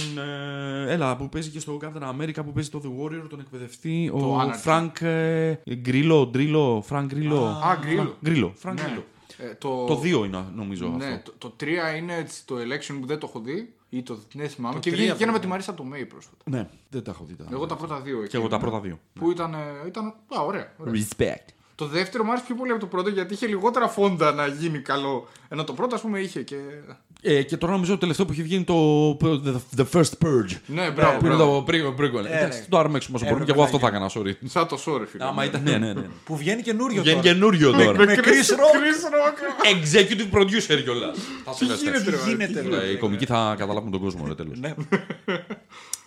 ε, έλα, που παίζει και στο Captain America, που παίζει το The Warrior, τον εκπαιδευτή. Το ο Anarchy. Frank ε, Grillo, Drillo, Frank Grillo. Α, Grillo. Grillo, Frank Ναι. Grillo. Ε, το... Το 2 είναι, νομίζω. Ναι, αυτό. το, το 3 είναι έτσι, το election που δεν το έχω δει. Ή το ναι, θυμάμαι. Το και τρία βγήκε και ένα με βέβαια. τη Μαρίσα το Μέη πρόσφατα. ναι, δεν τα έχω δει. τα- Εγώ τα πρώτα δύο. Και εγώ τα πρώτα δύο. Που ήταν. ε, ήταν α, ωραία, ωραία. Respect. Το δεύτερο μου άρεσε πιο πολύ από το πρώτο γιατί είχε λιγότερα φόντα να γίνει καλό. Ενώ το πρώτο, ας πούμε, είχε και. Ε, και τώρα νομίζω το τελευταίο που έχει βγει είναι το The, the First Purge. Ναι, μπράβο. Που είναι μπράβο. το πρίγο, πρίγο. Εντάξει, ναι. το αρμέξουμε όσο μπορούμε. Έπρεπε Και εγώ να αυτό θα γίνει. έκανα, sorry. Σαν το σόρι, φίλε. Άμα ήταν. Ναι, ναι, ναι. Που βγαίνει καινούριο Βγαίνει τώρα. καινούριο τώρα. με Chris Rock. Chris Rock. Ναι, Executive producer κιόλα. Θα σε γίνεται, Τι ρε, λε. γίνεται, ρε. Οι κομικοί θα καταλάβουν τον κόσμο, ρε τέλος. Ναι.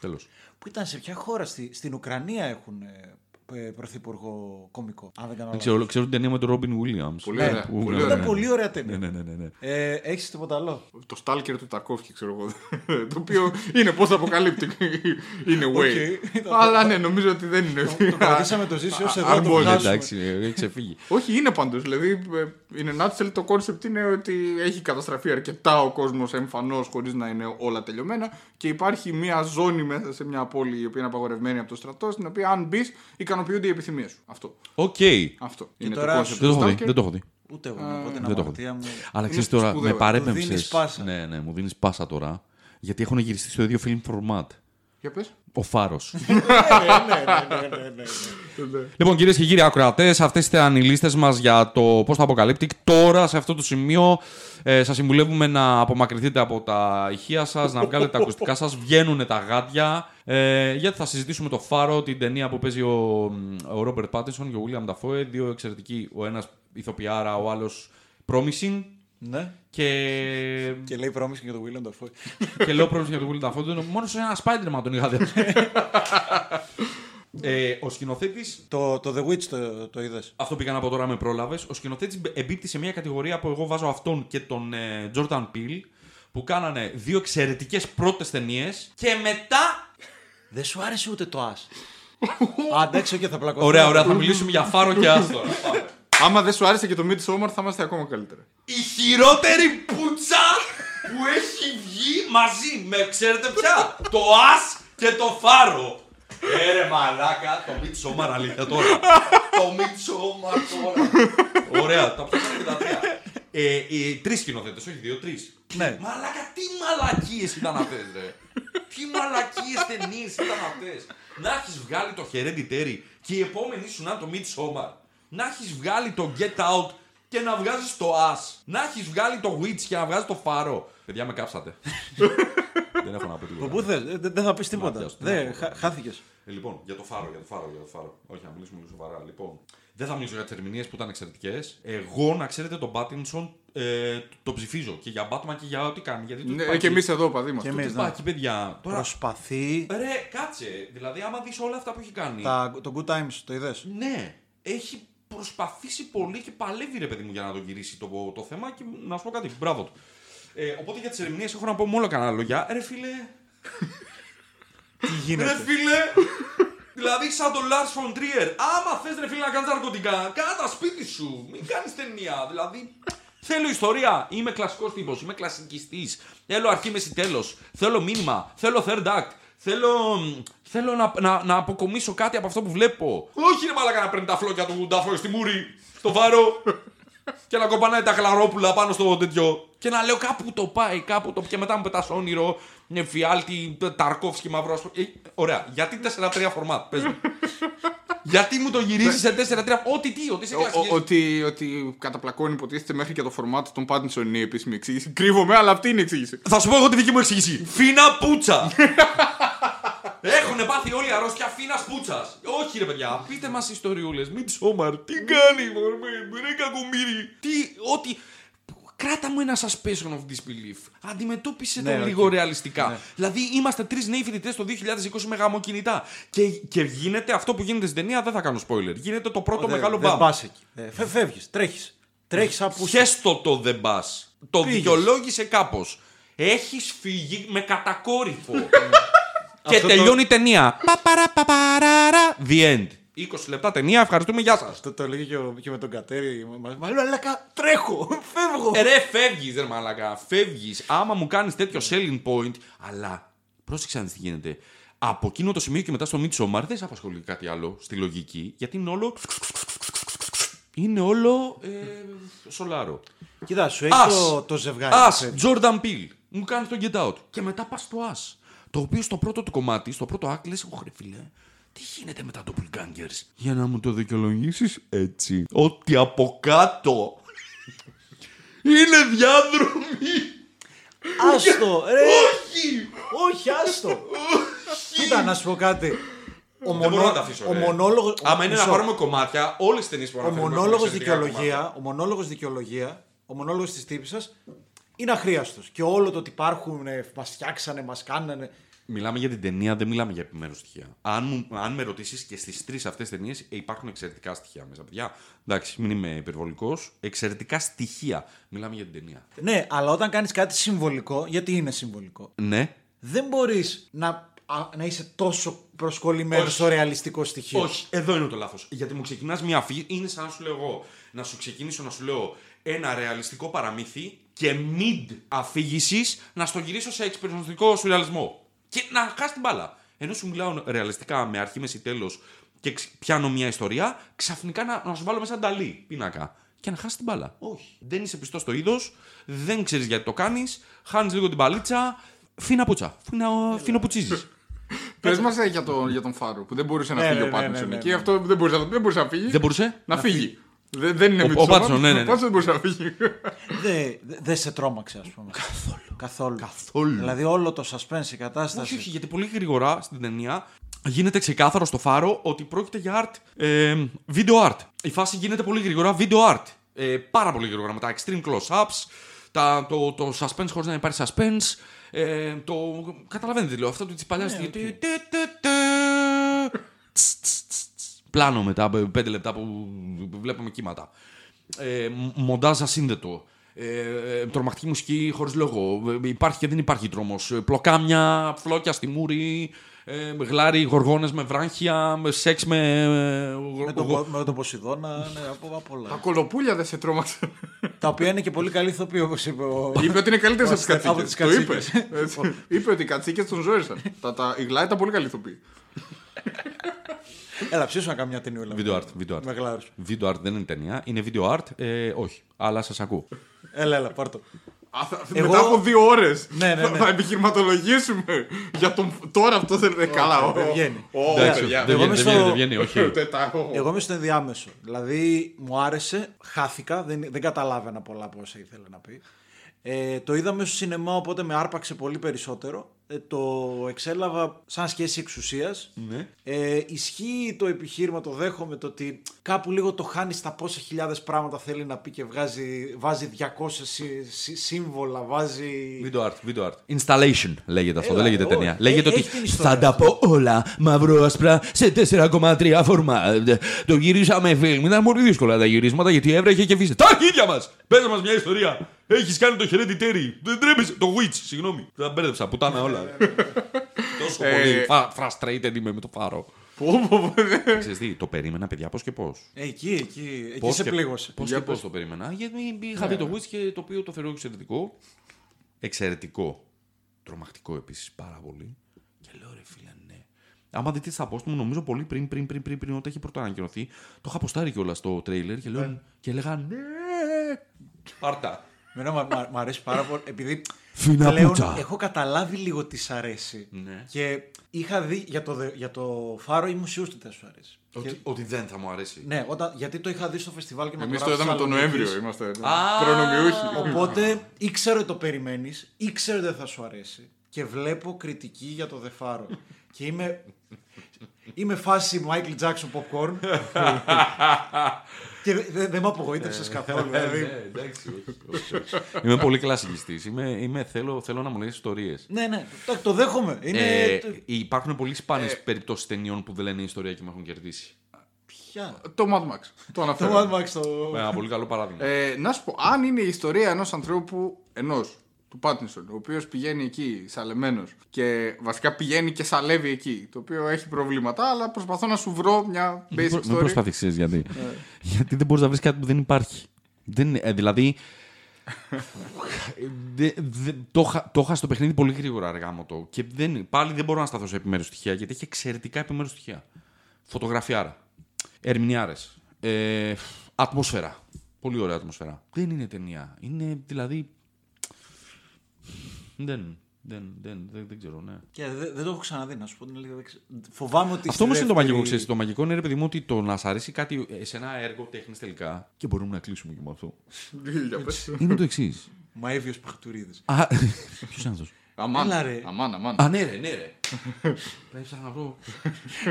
Τέλος. Που ήταν σε ποια χώρα, στη, στην Ουκρανία έχουν ε, ε, πρωθυπουργό κωμικό. Αν δεν κάνω λάθος. Ξέρω, ξέρω την ταινία με τον Ρόμπιν Williams. Πολύ ωραία. Που- Πολύ ναι, Ήταν ναι, πολύ ωραία Ναι, ταινία. ναι, ναι, ναι, ναι. Ε, Έχεις τίποτα άλλο. Το Stalker του Ταρκόφσκι, ξέρω εγώ. το οποίο είναι πώς θα αποκαλύπτει. είναι way. Οκ. Αλλά ναι, νομίζω ότι δεν είναι. Το κρατήσαμε το ζήσιο σε Α, εδώ το αρμόζει, βγάζουμε. Εντάξει, ε, έχει ξεφύγει. Όχι, είναι πάντως. Δηλαδή, ε, in a nutshell, το κόνσεπτ είναι ότι έχει καταστραφεί αρκετά ο κόσμος εμφανώς χωρίς να είναι όλα τελειωμένα και υπάρχει μια ζώνη μέσα σε μια πόλη η οποία είναι απαγορευμένη από το στρατό, στην οποία αν μπεις, ικανοποιούνται οι επιθυμίες σου. Αυτό. Οκ. Αυτό. τώρα concept Δεν το του έχω δει. Stalker. Δεν το έχω δει. Ούτε εγώ να πω την δεν το έχω αμαρτία μου. Αλλά ξέρεις σπουδαίο, τώρα, ε. με Του δίνεις παρέπεμψε. πάσα. Ναι, ναι, μου δίνεις πάσα τώρα. Γιατί έχουν γυριστεί στο ίδιο film format. Για πες. Ο Φάρος. Ναι, ναι, ναι, ναι. Λοιπόν, κυρίες και κύριοι ακροατές, αυτές ήταν οι λίστες μας για το πώς θα αποκαλύπτει. Τώρα, σε αυτό το σημείο, ε, σας συμβουλεύουμε να απομακρυνθείτε από τα ηχεία σας, να βγάλετε τα ακουστικά σας, βγαίνουν τα γάντια. Ε, γιατί θα συζητήσουμε το φάρο, την ταινία που παίζει ο, ο Ρόμπερτ Πάτινσον και ο Βίλιαμ Νταφόε. Δύο εξαιρετικοί, ο ένας ηθοποιάρα, ο άλλος promising. Ναι. Και Και λέει πρόμηση για τον William Dafoe. και λέω πρόβλημα για τον William Dafoe. δεν- Μόνο σε ένα Spider-Man τον είχα δει. ε, ο σκηνοθέτης Το, το The Witch το, το είδες. αυτό πήγα να πω τώρα με πρόλαβες. Ο σκηνοθέτης εμπίπτει σε μια κατηγορία που εγώ βάζω αυτόν και τον ε, Jordan Peele που κάνανε δύο εξαιρετικές πρώτες ταινίες και μετά. Δεν σου άρεσε ούτε το As. Αντέξω και θα πλακωθώ. Ωραία, ωραία, θα μιλήσουμε για φάρο και άστορα. Πάμε. Άμα δεν σου άρεσε και το Midsommar, θα είμαστε ακόμα καλύτερα. Η χειρότερη πουτσα που έχει βγει μαζί με, ξέρετε ποια, το Ας και το Φάρο. Έρε μαλάκα, το Midsommar αλήθεια τώρα. το Midsommar τώρα. Ωραία, τα πιάσαμε και τα τρία. Ε, οι τρεις σκηνοθέτες, όχι δύο, τρεις. Ναι. Μαλάκα, τι μαλακίες ήταν αυτές, ρε. τι μαλακίες ταινίες ήταν αυτές. Να έχεις βγάλει το Hereditary και η επόμενη σου να είναι το Midsommar. Να έχεις βγάλει το Get Out και να βγάζεις το As. Να έχεις βγάλει το Witch και να βγάζεις το Φάρο. Παιδιά, με κάψατε. Δεν έχω να πω τίποτα. Πού θες, ε, δεν δεν θα πεις τίποτα. Μάτιας, τι να Δεν, πω. χάθηκες. Ε, λοιπόν, για το φάρο, για το φάρο, για το φάρο. Όχι, να μιλήσουμε λίγο σοβαρά. Λοιπόν, δεν θα μιλήσω για τις ερμηνείες που ήταν εξαιρετικές. Εγώ, να ξέρετε, τον Πάτινσον ε, το ψηφίζω και για Batman και για ό,τι κάνει. Γιατί το Ναι, τυπάκι- και εμείς εδώ παδί μας. Και εμείς, Το ναι. τυπάκι, παιδιά. Τώρα, Προσπαθεί. ρε, κάτσε. Δηλαδή, άμα δεις όλα αυτά που έχει κάνει. Τα, το Good Times, το είδες. Ναι, έχει προσπαθήσει πολύ και παλεύει ρε παιδί μου για να το γυρίσει το, το θέμα και να σου πω κάτι. Μπράβο του. Ε, οπότε για τις ερμηνείες έχω να πω μόνο κανένα λόγια. Ρε φίλε, Τι Ρε γίνεται. φίλε, δηλαδή σαν τον Lars von Trier. Άμα θες ρε φίλε να κάνεις ναρκωτικά, κάνε τα σπίτι σου. Μην κάνεις ταινία, δηλαδή. Θέλω ιστορία. Είμαι κλασικός τύπος, είμαι κλασικιστής. Θέλω αρχή, μέση, τέλος. Θέλω μήνυμα. Θέλω third act. Θέλω, θέλω να, να, να αποκομίσω κάτι από αυτό που βλέπω. Όχι ρε μαλάκα να παίρνει τα φλόκια του Ντάφρο στη μούρη, στο βάρο. Και να κοπανάει τα χλαρόπουλα πάνω στο τέτοιο. Και να λέω κάπου το πάει, κάπου το. Και μετά μου πετάς όνειρο, ε, φιάλτη, ε, Ταρκόφσκι, μαύρος. ασπρο- Ε, ωραία. Γιατί 4-3 φορμάτ, πες μου. Γιατί μου το γυρίζεις σε 4-3. Ό,τι τι, ότι είσαι κλασική. Ότι, ότι καταπλακώνει υποτίθεται μέχρι και το φορμάτ των Pattinson είναι η επίσημη εξήγηση. Κρύβομαι, αλλά αυτή είναι η εξήγηση. Θα σου πω εγώ τη δική μου εξήγηση. Φίνα πουτσα. Έχουν πάθει όλοι αρρώστια φίνα πουτσα. Όχι ρε παιδιά, πείτε μας ιστοριούλες. Μην τσόμαρ, τι κάνει, μωρέ, ρε κακομίρι. Τι, ό,τι. Κράτα μου ένα suspension of disbelief. Αντιμετώπισε Ναι, τον οκ. λίγο ρεαλιστικά. Δηλαδή, είμαστε τρεις νέοι φοιτητές το 2020 με γαμοκινητά. Και, και γίνεται αυτό που γίνεται στην ταινία, δεν θα κάνω spoiler. Γίνεται το πρώτο Δεν- μεγάλο Ε, Δεν μπαμ. πας εκεί. Ε, Φεύγεις, τρέχεις. Τρέχεις από. Χέστο το δεν πας. Το Πήγες. δικαιολόγησε κάπως. Έχεις φύγει με κατακόρυφο. και Αυτό το- τελειώνει η ταινία. Παπαραπαπαραρα. The end. 20 λεπτά ταινία, ευχαριστούμε, γεια σας. Το, το λέγει και, ο- και με τον Κατέρι. Μα μα λέω, Αλέκα, τρέχω, φεύγω. Ε, Ρε, φεύγεις, ρε μαλακά. Φεύγεις. Άμα μου κάνεις τέτοιο selling point. Αλλά πρόσεξε να δεις τι γίνεται. Από εκείνο το σημείο και μετά στο Midsommar δεν σε απασχολεί κάτι άλλο στη λογική. Γιατί είναι όλο. Είναι όλο. Ε, σολάρο. Κοίτα, σου έχει Ας. το, το ζευγάρι. Ας, ξέρεις. Jordan Peele. Μου κάνεις το Get Out. Και μετά πας στο As. Το οποίο στο πρώτο του κομμάτι, στο πρώτο act, λες, «Ωχ, ρε φίλε, τι γίνεται με τα doppelgangers. Για να μου το δικαιολογήσεις έτσι. Ότι από κάτω είναι διάδρομοι. Άστο, ρε. Όχι! Όχι, άστο. Κοίτα, να σου πω κάτι. Ο, μπορώ μονό- να τα αφήσω, ο ρε. μονόλογος... Άμα είναι να μισό. πάρουμε κομμάτια, όλες τι ταινίες που Ο αναφέρουμε. μονόλογος έχουν εξαιρετικά κομμάτια. δικαιολογία, ο μονόλογος δικαιολογία, ο μονόλογος της τύπης σας είναι αχρίαστος. Και όλο το ότι υπάρχουν, ε, μας φτιάξανε, μας κάνανε. Μιλάμε για την ταινία, δεν μιλάμε για επιμέρους στοιχεία. Αν, μου- αν με ρωτήσεις και στις τρεις αυτές ταινίες ε, υπάρχουν εξαιρετικά στοιχεία μέσα, παιδιά. Εντάξει, μην είμαι υπερβολικός. Εξαιρετικά στοιχεία. Μιλάμε για την ταινία. Ναι, αλλά όταν κάνεις κάτι συμβολικό, γιατί είναι συμβολικό, Ναι. δεν μπορείς να, α, να είσαι τόσο προσκολλημένος Όχι. στο ρεαλιστικό στοιχείο. Όχι, εδώ είναι το λάθος. Γιατί μου ξεκινάς μια αφή, είναι σαν να σου λέω εγώ να σου ξεκινήσω να σου λέω ένα ρεαλιστικό παραμύθι και mid αφήγησης να στο γυρίσω σε εξυπηρετιστικό σουρεαλισμό. Και να χάσει την μπάλα. Ενώ σου μιλάω ρεαλιστικά με αρχή, μέση, τέλος και ξ- πιάνω μια ιστορία, ξαφνικά να, να σου βάλω μέσα νταλή πίνακα. Και να χάσει την μπάλα. Όχι. Δεν είσαι πιστός στο είδος, δεν ξέρεις γιατί το κάνεις, χάνεις λίγο την παλίτσα. Φίνα πουτσα. Φίνα, φίνα πουτσίζεις. Πες μας ε, για, τον- για τον Φάρο που δεν μπορούσε να Ναι, φύγει ναι, ο ναι, ναι, Pattinson ναι, εκεί. ναι. Αυτό δεν μπορούσε να- δεν μπορούσε να φύγει. δεν μπορούσε. Να φύγει. Δεν, δεν είναι Ο- με ο Pattinson, ναι, ναι, ναι. Ο Pattinson δεν μπορούσε να φύγει. Δεν δε δεν σε τρόμαξε, ας πούμε. Καθόλου. Καθόλου. Καθόλου. Δηλαδή όλο το suspense, η κατάσταση. Όχι, όχι, γιατί πολύ γρήγορα στην ταινία γίνεται ξεκάθαρο στο φάρο ότι πρόκειται για art, ε, video art. Η φάση γίνεται πολύ γρήγορα video art. Ε, πάρα πολύ γρήγορα με τα extreme close-ups, τα, το, το suspense χωρίς να υπάρχει suspense, ε, το, καταλαβαίνετε τι λέω, αυτό του της παλιάς... τε- τε- τε- τε- τς, τς, τς, τς. Πλάνο μετά από πέντε λεπτά που βλέπουμε κύματα. Ε, μ- μοντάζ ασύνδετο. Ε, ε, τρομακτική μουσική χωρίς λόγο. Ε, υπάρχει και δεν υπάρχει τρόμος. Ε, πλοκάμια, φλόκια στη μούρη. Ε, γλάρι, γοργόνες με βράχια. με Σεξ με. ε, γο- Με τον, γο- Πο- με τον Ποσειδώνα, ναι, από, από Τα όλα. κολοπούλια δεν σε τρόμαξε. τα οποία είναι και πολύ καλή ηθοποιοί, όπως είπε ο. είπε ότι είναι καλύτερες από τις Αστέφανος, από τις κατσίκες. Το είπε. κατσίκες. Έτσι. είπε ότι οι κατσίκες τον ζόρισαν. τα, τα, η Γκλάι ήταν πολύ καλή ηθοποιή. Έλα, ψήσου να κάνω μια ταινιούλα. Video art, video art. Με γλάρους. Video art δεν είναι ταινία, είναι video art. Ε, όχι, αλλά σας ακούω. Έλα, έλα, πάρ' το. Α, θα- Εγώ- Μετά από δύο ώρες Ναι, ναι, ναι. θα επιχειρηματολογήσουμε για τον. Τώρα αυτό δεν είναι καλά. δεν Ω, βγαίνει. ω, Εντάξει, παιδιά. δεν βγαίνει, είμαι δεν στο- βγαίνει, δεν βγαίνει, όχι. Τετάχω. Εγώ είμαι στο ενδιάμεσο. Δηλαδή μου άρεσε, χάθηκα, δεν, δεν καταλάβαινα πολλά από όσα ήθελε να πει. Ε, το είδαμε στο σινεμά, οπότε με άρπαξε πολύ περισσότερο. Ε, το εξέλαβα σαν σχέση εξουσίας. Ε, ισχύει το επιχείρημα, το δέχομαι, το ότι κάπου λίγο το χάνεις στα πόσα χιλιάδες πράγματα θέλει να πει και βγάζει, βάζει 200 σύ- σύ- σύμβολα, βάζει. Video art, video art. Installation λέγεται αυτό, Έλα, δεν λέγεται εγώ- ταινία. λέγεται έχει ότι την ιστορία θα τα πω όλα μαύρο-άσπρα σε 4,3 φορμά. Το γυρίσαμε φιλμ. Ήταν πολύ δύσκολα τα γυρίσματα γιατί έβρεχε και φύση. Τα αρχίδια μα! Πες μας μια ιστορία. Έχεις κάνει το hereditary. Δεν τρέπεσαι. Το witch, συγγνώμη. Τα μπέρδεψα, πουτάνα όλα. Τόσο πολύ. Ε, φα- Frustrated είμαι με το φάρο. Πω, πω, πω, ναι. Ξέρεις τι, το περίμενα, παιδιά, πώς και πώς. Ε, εκεί, εκεί, εκεί Πώς σε και- πλήγωσε. Πώς Για και πες. πώς το περίμενα. Γιατί είχα δει το Witch και το οποίο το θεωρώ εξαιρετικό. Εξαιρετικό. Τρομακτικό επίσης πάρα πολύ. Και λέω ρε φίλε ναι. Άμα δείτε στα post μου, νομίζω πολύ πριν, πριν, πριν, πριν, πριν, όταν είχε πρώτο ανακοινωθεί, το είχα ποστάρει κιόλας στο τρέιλερ και, λέω, και έλεγα ναι. Πάρτα. Εμένα μου μου- μου αρέσει πάρα πολύ. Επειδή Φίνα πλέον πουτσα. έχω καταλάβει λίγο τι σ' αρέσει. Ναι. Και είχα δει για το, δε- για το φάρο ήμουν σίγουρος ότι δεν σου αρέσει. Και- Ότι, ότι δεν θα μου αρέσει. ναι, όταν, γιατί το είχα δει στο φεστιβάλ και με Εμείς το το γράφεις είδαμε τον Θεσσαλονίκης. Νοέμβριο. Είμαστε Α, προνομιούχοι. Οπότε ήξερα ότι το περιμένεις, ήξερα ότι δεν θα σου αρέσει. Και βλέπω κριτική για το δεφάρο. και είμαι. Είμαι φάση Michael Jackson popcorn. και δεν δε, δεν με απογοήτευσες καθόλου. Ναι. δηλαδή. Είμαι πολύ κλασικιστής. Είμαι, είμαι, θέλω, θέλω να μου λες ιστορίες. ναι, ναι, το, το δέχομαι. Είναι. Ε, Ναι, το- υπάρχουν πολύ σπάνιες περιπτώσεις ταινιών που δεν λένε ιστορία και με έχουν κερδίσει. Ποια. Το Mad Max. Το Το αναφέρω. Mad Max το. Με Ένα πολύ καλό παράδειγμα. Ε, να σου πω, αν είναι η ιστορία ενός ανθρώπου, ενός του Πάτινσον, ο οποίος πηγαίνει εκεί σαλεμένος και βασικά πηγαίνει και σαλεύει εκεί, το οποίο έχει προβλήματα, αλλά προσπαθώ να σου βρω μια Μην basic προ- μην story. Ναι. προσπαθήσεις γιατί. γιατί δεν μπορείς να βρεις κάτι που δεν υπάρχει. Δεν, είναι- ε, δηλαδή. δε- δε- το, είχα- το είχα στο παιχνίδι πολύ γρήγορα αργά μου το. Και δεν, πάλι δεν μπορώ να σταθώ σε επιμέρους στοιχεία γιατί έχει εξαιρετικά επιμέρους στοιχεία. Φωτογραφιάρα. Ερμηνιάρε. Ε, ατμόσφαιρα. Πολύ ωραία ατμόσφαιρα. Δεν είναι ταινία. Είναι δηλαδή. Δεν, δεν, δεν, δεν, δεν ξέρω, ναι. Και δεν, δεν το έχω ξαναδεί, να σου πω την αλήθεια. δεν ξέρω. Φοβάμαι ότι. Αυτό στη όμως είναι το δεύτερη- μαγικό, ξέρεις. Το μαγικό είναι, ρε παιδί μου, ότι το να σ' αρέσει κάτι ε, σε ένα έργο τέχνης τελικά. Και μπορούμε να κλείσουμε και με αυτό. Για πες. Είναι το εξής. Μαέβιο Παχτουρίδη. Α, ποιος είναι αυτός. Αμάν, Έλα, ρε. αμάν, αμάν. Α, ναι, ρε, ναι, ρε. Πρέπει να βρω.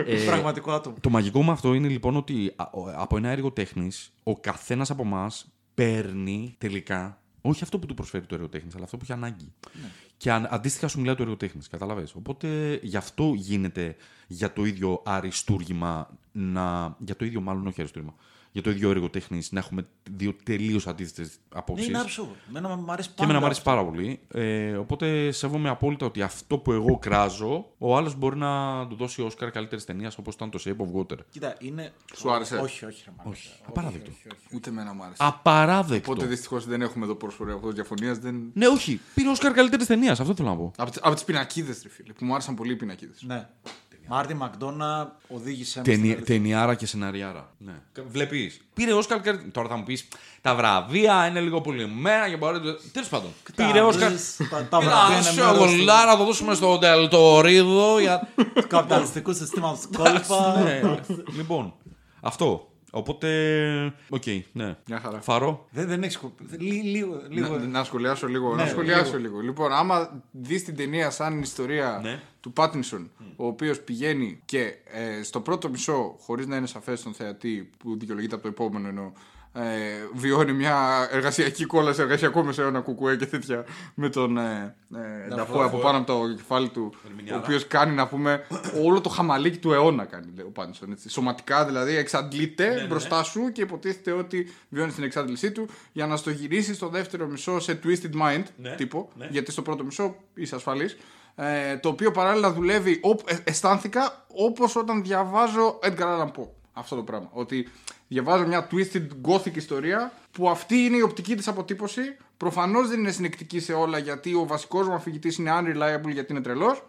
Ε, Πραγματικό άτομο. Το μαγικό με αυτό είναι λοιπόν ότι α, ο- από ένα έργο τέχνης, ο καθένας από εμάς παίρνει τελικά όχι αυτό που του προσφέρει το έργο τέχνη, αλλά αυτό που έχει ανάγκη. Ναι. Και αν, αντίστοιχα σου μιλάει το έργο τέχνη, καταλαβέ. Οπότε γι' αυτό γίνεται για το ίδιο αριστούργημα να. Για το ίδιο, μάλλον όχι αριστούργημα. Για το ίδιο έργο τέχνη να έχουμε δύο τελείως αντίθετες Ναι, απόψει. είναι άψογο. Εμένα μου αρέσει Και πάντα. εμένα μου αρέσει πάρα πολύ. Ε, οπότε σέβομαι απόλυτα ότι αυτό που εγώ κράζω, ο άλλος μπορεί να του δώσει Όσκαρ καλύτερης ταινίας όπως ήταν το Shape of Water. Κοίτα, είναι. Σου άρεσε? Όχι, όχι, ρε, μάνα. Όχι. Απαράδεκτο. Ούτε εμένα μου άρεσε. Απαράδεκτο. Οπότε δυστυχώς δεν έχουμε εδώ πρόσφορη αυτό διαφωνίας. Δεν... Ναι, όχι. Πήρε Όσκαρ καλύτερης ταινίας. Αυτό θέλω να πω. Από, τις- από τις πινακίδες, ρε φίλε, που μου άρεσαν πολύ οι πινακίδες. Ναι. Μάρτι Μακδόνα οδήγησε. με στην Ταινι, αλήθεια. ταινιάρα και σενάριάρα. Ναι. Βλέπεις. Πήρε Όσκαρ. και- Τώρα θα μου πεις τα βραβεία είναι λίγο πολυμένα και μπορεί. Τέλος πάντων. Τα Πήρε Όσκαρ. βρεις, τα- τα Πήρε βραβεία είναι σε μέρος του- γολάρα, να το δώσουμε στο Τελτορίδο. Για... Του καπιταλιστικού συστήματο κόλπα. Ναι. λοιπόν, αυτό. Οπότε. Οκ, ναι. Μια χαρά. Φαρό. Δεν, δεν έχεις Ναι, Λίγο. λίγο. ε. Να, να σχολιάσω λίγο. να Ναι, σχολιάσω λίγο. Λοιπόν, άμα δεις την ταινία σαν ιστορία Ναι. του Πάτινσον, ο οποίος πηγαίνει και ε, στο πρώτο μισό, χωρίς να είναι σαφές στον θεατή, που δικαιολογείται από το επόμενο εννοώ, ε, βιώνει μια εργασιακή κόλλα σε εργασιακό μεσαίωνα κουκουέ και τέτοια με τον ε, ε, Νταφόε από πάνω από το κεφάλι του, ο οποίος κάνει να πούμε όλο το χαμαλίκι του αιώνα κάνει λέει, ο Πάτινσον. έτσι. Σωματικά δηλαδή εξαντλείται Ναι, μπροστά σου και υποτίθεται ότι βιώνεις την εξάντλησή του για να στο γυρίσεις στο δεύτερο μισό σε twisted mind Ναι, τύπο, ναι. γιατί στο πρώτο μισό είσαι ασφαλής ε, το οποίο παράλληλα δουλεύει, όπου- ε, αισθάνθηκα όπως όταν διαβάζω Edgar Allan Poe. Αυτό το πράγμα. Ότι διαβάζω μια twisted gothic ιστορία που αυτή είναι η οπτική της αποτύπωση. Προφανώς δεν είναι συνεκτική σε όλα γιατί ο βασικός μου αφηγητής είναι unreliable γιατί είναι τρελός.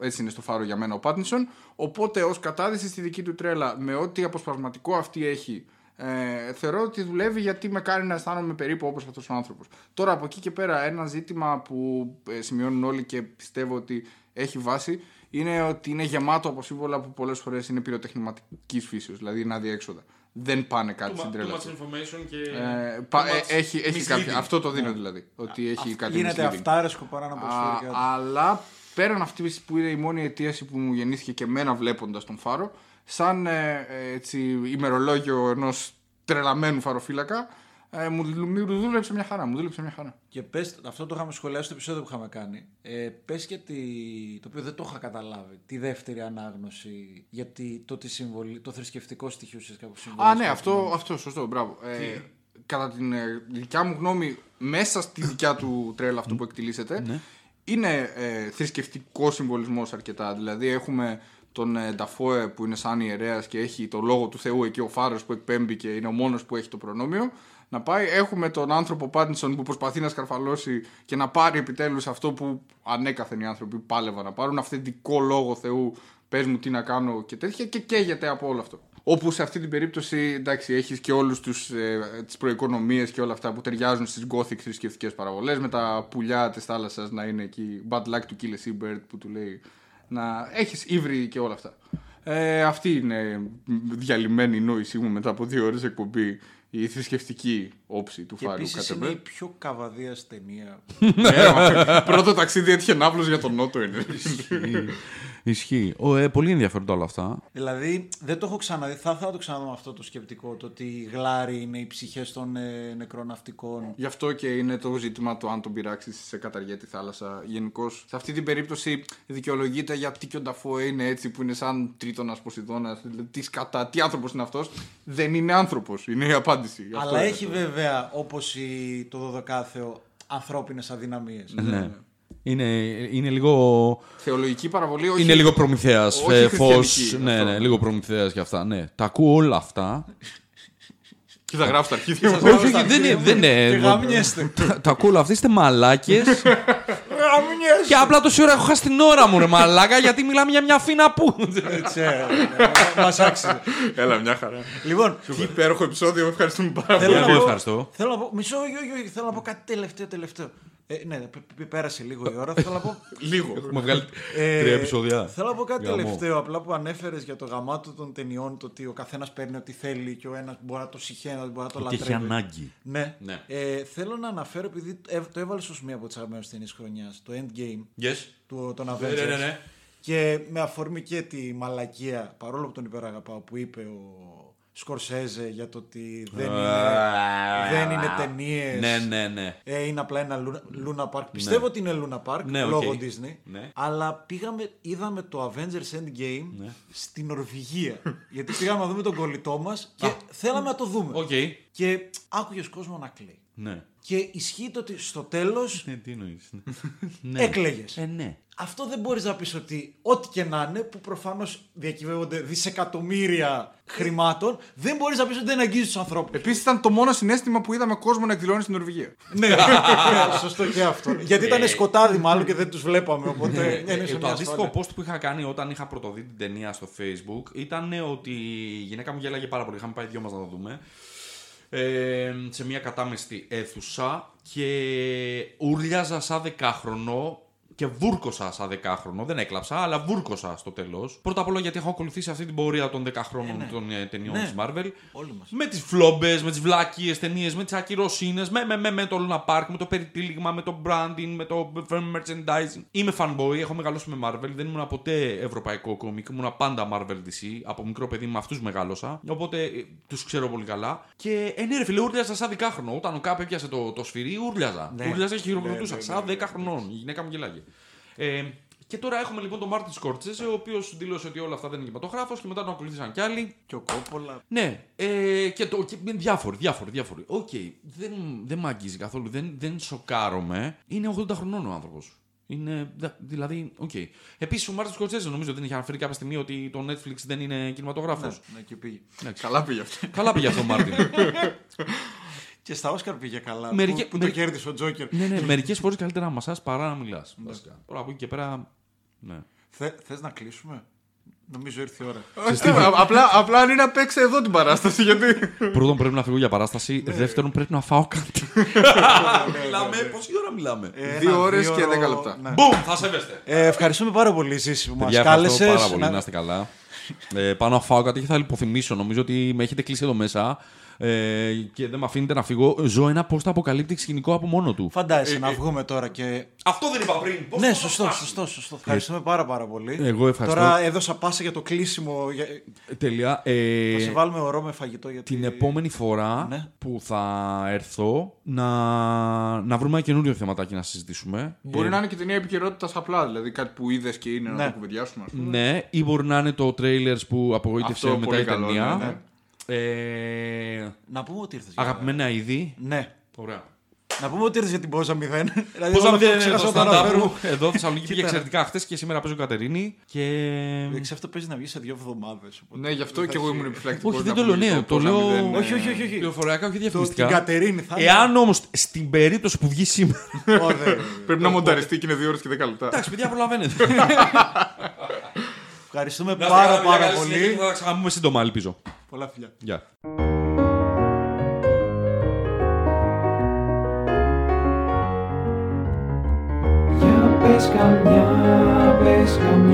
Έτσι είναι στο φάρο για μένα ο Πάτινσον. Οπότε ως κατάδυση στη δική του τρέλα με ό,τι αποσπασματικό αυτή έχει Ε, θεωρώ ότι δουλεύει γιατί με κάνει να αισθάνομαι περίπου όπως αυτός ο άνθρωπος. Τώρα από εκεί και πέρα, ένα ζήτημα που ε, σημειώνουν όλοι και πιστεύω ότι έχει βάση είναι ότι είναι γεμάτο από σύμβολα που πολλές φορές είναι πυροτεχνηματικής φύση, δηλαδή είναι αδιέξοδα. Δεν πάνε κάτι Too στην much τρέλα. τους. information και. Ε, πα- too ε, much έχει, έχει misleading. κάποια, αυτό το δίνω δηλαδή. Ότι έχει κάτι Γίνεται misleading. αυτάρεσκο παρά να προσφέρει Α, κάτι. αλλά πέραν αυτή που είναι η μόνη αιτίαση που μου γεννήθηκε και εμένα βλέποντας τον φάρο, σαν ε, ε, έτσι, ημερολόγιο ενός τρελαμένου φαροφύλακα, ε, μου, μου δούλεψε μια χαρά. Μου δούλεψε μια χαρά. Και πες, αυτό το είχαμε σχολιάσει στο επεισόδιο που είχαμε κάνει. Ε, Πες και τη, το οποίο δεν το είχα καταλάβει, τη δεύτερη ανάγνωση για τη, το, τι συμβολή, το θρησκευτικό στοιχείο ουσιαστικά που συμβολίζει. Α, ναι, αυτό, αυτό σωστό, μπράβο. Ε, κατά την ε, δικιά μου γνώμη, μέσα στη δικιά του τρέλα αυτό που εκτιλήσεται, είναι ε, θρησκευτικό συμβολισμός αρκετά. Δηλαδή, έχουμε τον ε, Νταφόε που είναι σαν ιερέας και έχει το λόγο του Θεού εκεί, ο φάρος που εκπέμπει και είναι ο μόνος που έχει το προνόμιο. Να πάει. Έχουμε τον άνθρωπο Πάντινσον που προσπαθεί να σκαρφαλώσει και να πάρει επιτέλους αυτό που ανέκαθεν οι άνθρωποι πάλευαν να πάρουν. Αυθεντικό λόγο Θεού, πες μου τι να κάνω και τέτοια. Και καίγεται από όλο αυτό. Όπου σε αυτή την περίπτωση εντάξει, έχεις και όλους ε, τις προοικονομίες και όλα αυτά που ταιριάζουν στις Gothic θρησκευτικές παραβολέ. Με τα πουλιά της θάλασσας να είναι εκεί. Bad luck to kill a seabird που του λέει. Να έχεις ύβρι και όλα αυτά. Ε, αυτή είναι διαλυμένη η νόησή μου μετά από δύο ώρες εκπομπή. Η θρησκευτική όψη του Και Φάρου επίση κατά είναι η με. πιο καβαδίας ταινία. Ναι, Πρώτο ταξίδι έτυχε ναύλος για τον Νότο είναι. Ισχύει. Ω, ε, πολύ ενδιαφέροντα όλα αυτά. δηλαδή δεν το έχω ξαναδεί. Θα ήθελα να το ξαναδώ αυτό το σκεπτικό. Το ότι οι γλάρι είναι οι ψυχές των ε, νεκροναυτικών. Γι' αυτό και είναι το ζήτημα το αν τον πειράξεις σε καταργέτη θάλασσα. Γενικώς, σε αυτή την περίπτωση δικαιολογείται γιατί και ο Νταφόε είναι έτσι που είναι σαν τρίτονα Ποσειδώνα. Τι κατά, τι άνθρωπος είναι αυτός. Δεν είναι άνθρωπος, είναι η απάντηση. Αυτό Αλλά είναι έχει το- βέβαια όπως το δωδεκάθεο ανθρώπινες αδυναμίες. Ναι. Είναι, είναι λίγο. Θεολογική παραβολή, όχι. Είναι λίγο προμηθέας όχι φω. χριστιανική, Ναι, αυτό. ναι, λίγο προμηθέας και αυτά. Ναι. Τα ακούω όλα αυτά. Και θα γράψει το αρχίδιο. Όχι, όχι, δεν είναι. Δεν Και είναι. γαμιέστε. Τα- Τα ακούω όλα αυτά. Είστε μαλάκες. Και απλά τόση ώρα έχω χάσει την ώρα μου, ρε μαλάκα, γιατί μιλάμε για μια φίνα που. Έτσι, ε, Μας άξιζε. Έλα, μια χαρά. Λοιπόν, Τι υπέροχο επεισόδιο, ευχαριστούμε πάρα Θέλω πολύ. Εγώ να πω- ευχαριστώ. Θέλω να πω. Μισό, όχι, όχι, όχι, θέλω να πω κάτι τελευταίο, τελευταίο. Ε, ναι, π- π- πέρασε λίγο η ώρα. Θέλω να πω. Λίγο. Έχουμε βγάλει ε, τρία επεισόδια. Θέλω να πω κάτι Γαμό. τελευταίο. Απλά που ανέφερες για το γαμάτο των ταινιών, το ότι ο καθένας παίρνει ό,τι θέλει και ο ένας μπορεί να το συχαίνει, μπορεί να το Και λατρεύει. έχει ανάγκη. Ναι. Ναι. Ε, θέλω να αναφέρω, επειδή ε, το έβαλες ως μία από τις αγαπημένες ταινίες χρονιάς, το Endgame Yes. του, των Ναι, Avengers. ναι, ναι, ναι. Και με αφορμή και τη μαλακία, παρόλο που τον υπεραγαπάω, που είπε ο Σκορσέζε για το ότι δεν είναι, δεν είναι ταινίες. Ναι, ναι, ναι. Ε, είναι απλά ένα Luna- Luna Park. Πιστεύω ότι είναι Luna Park Ναι, οκ. λόγω Disney. Ναι. Αλλά πήγαμε, είδαμε το Avengers Endgame στην Νορβηγία. γιατί πήγαμε να δούμε τον κολλητό μας και θέλαμε να το δούμε. Οκ. Και άκουγες κόσμο να κλαίει. Ναι. Και ισχύει το ότι στο τέλος Ναι, τι εννοείς. έκλαιγες. Ε, ναι. Αυτό δεν μπορείς να πεις ότι ό,τι και να είναι, που προφανώς διακυβεύονται δισεκατομμύρια χρημάτων, δεν μπορείς να πεις ότι δεν αγγίζεις τους ανθρώπους. Επίσης, ήταν το μόνο συνέστημα που είδαμε κόσμο να εκδηλώνει στην Νορβηγία. ναι, σωστό και αυτό. Γιατί ήταν σκοτάδι μάλλον και δεν τους βλέπαμε. Οπότε. ναι, Ε, είναι σε το μια αντίστοιχο ασφάλεια. post που είχα κάνει όταν είχα πρωτοδεί την ταινία στο facebook ήταν ότι η γυναίκα μου γέλαγε πάρα πολύ. Είχαμε πάει δυο μας να το δούμε. Ε, σε μια κατάμεστη αίθουσα και ουρλιάζα σαν δεκάχρονο και βούρκωσα σαν δεκάχρονο. Δεν έκλαψα, αλλά βούρκωσα στο τέλος. Πρώτα απ' όλα γιατί έχω ακολουθήσει αυτή την πορεία των δεκαχρόνων των ε, ταινιών Ναι. της Marvel. Όλοι μας. Με τις φλόμπες, με τις βλακίε ταινίες, με τις ακυρωσύνε, με, με, με, με το Luna Park, με το περιτύλιγμα, με το branding, με το merchandising. Είμαι fanboy, έχω μεγαλώσει με Marvel, δεν ήμουν ποτέ ευρωπαϊκό κόμικ, ήμουν πάντα Marvel DC. Από μικρό παιδί με αυτούς μεγάλωσα. Οπότε τους ξέρω πολύ καλά. Και ε, ναι, ρε φίλε, ούρλιαζα σαν δεκάχρονο. Όταν ο Κάπ έπιασε το, το σφυρί, ούρλιαζα. Ναι. Ούρλιαζα και χειροκροτούσα. Σαν 10 χρονών. Η γυναίκα μου γελάγε. Ε, και τώρα έχουμε λοιπόν τον Μάρτιν Σκόρτσεζε, ο οποίος δήλωσε ότι όλα αυτά δεν είναι κινηματογράφος και μετά τον ακολούθησαν κι άλλοι. Και ο Κόπολα. Ναι, ε, και το. Και, διάφοροι, διάφοροι, διάφοροι. Οκ, δεν, δεν με αγγίζει καθόλου, δεν, δεν σοκάρομαι. Είναι 80 χρονών ο άνθρωπος. Είναι, δα- δηλαδή, οκ. Επίσης, ο Μάρτιν Σκορτσέζε νομίζω δεν είχε αναφέρει κάποια στιγμή ότι το Netflix δεν είναι κινηματογράφος. Ναι, και πήγε. Καλά πήγε Ναι. αυτό. Καλά πήγε αυτό, Μάρτιν. Και στα Όσκαρ πήγε καλά. Μερικέ- Που, που μερι- το κέρδισε ο Τζόκερ. ναι, ναι, μερικές φορές καλύτερα να μασάς παρά να μιλάς. Τώρα από εκεί και πέρα. Ναι. Θε θες να κλείσουμε. Νομίζω ήρθε η ώρα. Α, απλά, απλά αν είναι να παίξει εδώ την παράσταση. Γιατί. Πρώτον, πρέπει να φύγω για παράσταση. Ναι. Δεύτερον, πρέπει να φάω κάτι. Μιλάμε, πόση ώρα μιλάμε. Δύο ώρες και δέκα λεπτά. Ναι. Μπούμ, θα σέβεστε. Ε, ευχαριστούμε πάρα πολύ Ζήση που μας Παιδιά, ευχαριστώ κάλεσες. πάρα πολύ, Να- να είστε καλά. Ε, πάω να φάω κάτι και θα λιποθυμίσω. Νομίζω ότι με έχετε κλείσει εδώ μέσα ε, και δεν με αφήνετε να φύγω. Ζω ένα πώ τα αποκαλύπτει σκηνικό από μόνο του. Φαντάζεσαι να βγούμε τώρα και. Αυτό δεν είπα πριν. Πώς Ναι, το σωστό, σωστό, σωστό. Ευχαριστούμε πάρα πάρα πολύ. Εγώ ευχαριστώ. Τώρα έδωσα πάσα για το κλείσιμο. για- Τελεία. Ε, Θα σε βάλουμε ωρό με φαγητό γιατί. την επόμενη φορά Ναι. που θα έρθω να, να βρούμε ένα καινούριο θεματάκι να Ναι. συζητήσουμε. Μπορεί να είναι και ταινία επικαιρότητα απλά, δηλαδή κάτι που είδες και είναι Ναι. να το κουβεντιάσουμε. ας πούμε. Ναι, ή μπορεί να είναι το trailers που απογοήτευσε Αυτό μετά πολύ η καλό, ταινία. ναι, Ε, Να πούμε ότι ήρθες. αγαπημένα είδη. Ναι. Ωραία. Να πούμε ότι ήρθες για την Πόζα 0. δηλαδή, Πώ εγώ να αυτό βγαίνει το το ξέχασα όταν stand-up αναφέρουμε. μου. Εδώ στη Θεσσαλονίκη πήγε Κοίτα. εξαιρετικά χθες και σήμερα παίζω Κατερίνη. Και. Εντάξει, αυτό παίζει να βγει σε δύο εβδομάδες. Ναι, γι' αυτό και εγώ ήμουν επιφυλακτικός. Όχι, δεν το λέω, ναι, το λέω. Όχι, όχι, όχι, όχι. Πληροφοριακά και Την διαφημιστικά. Κατερίνη θα. Εάν όμως στην περίπτωση που βγει σήμερα. Ω, δεν. Πρέπει να μονταριστεί και είναι δύο ώρες και δέκα λεπτά. Εντάξει, παιδιά, προλαβαίνετε. Να Ευχαριστούμε είστε πάρα καλά, μια πάρα καλή συνέχεια πολύ. και Θα τα ξαναπούμε σύντομα, ελπίζω. Πολλά φιλιά. Γεια. Για πες καμιά, πες καμιά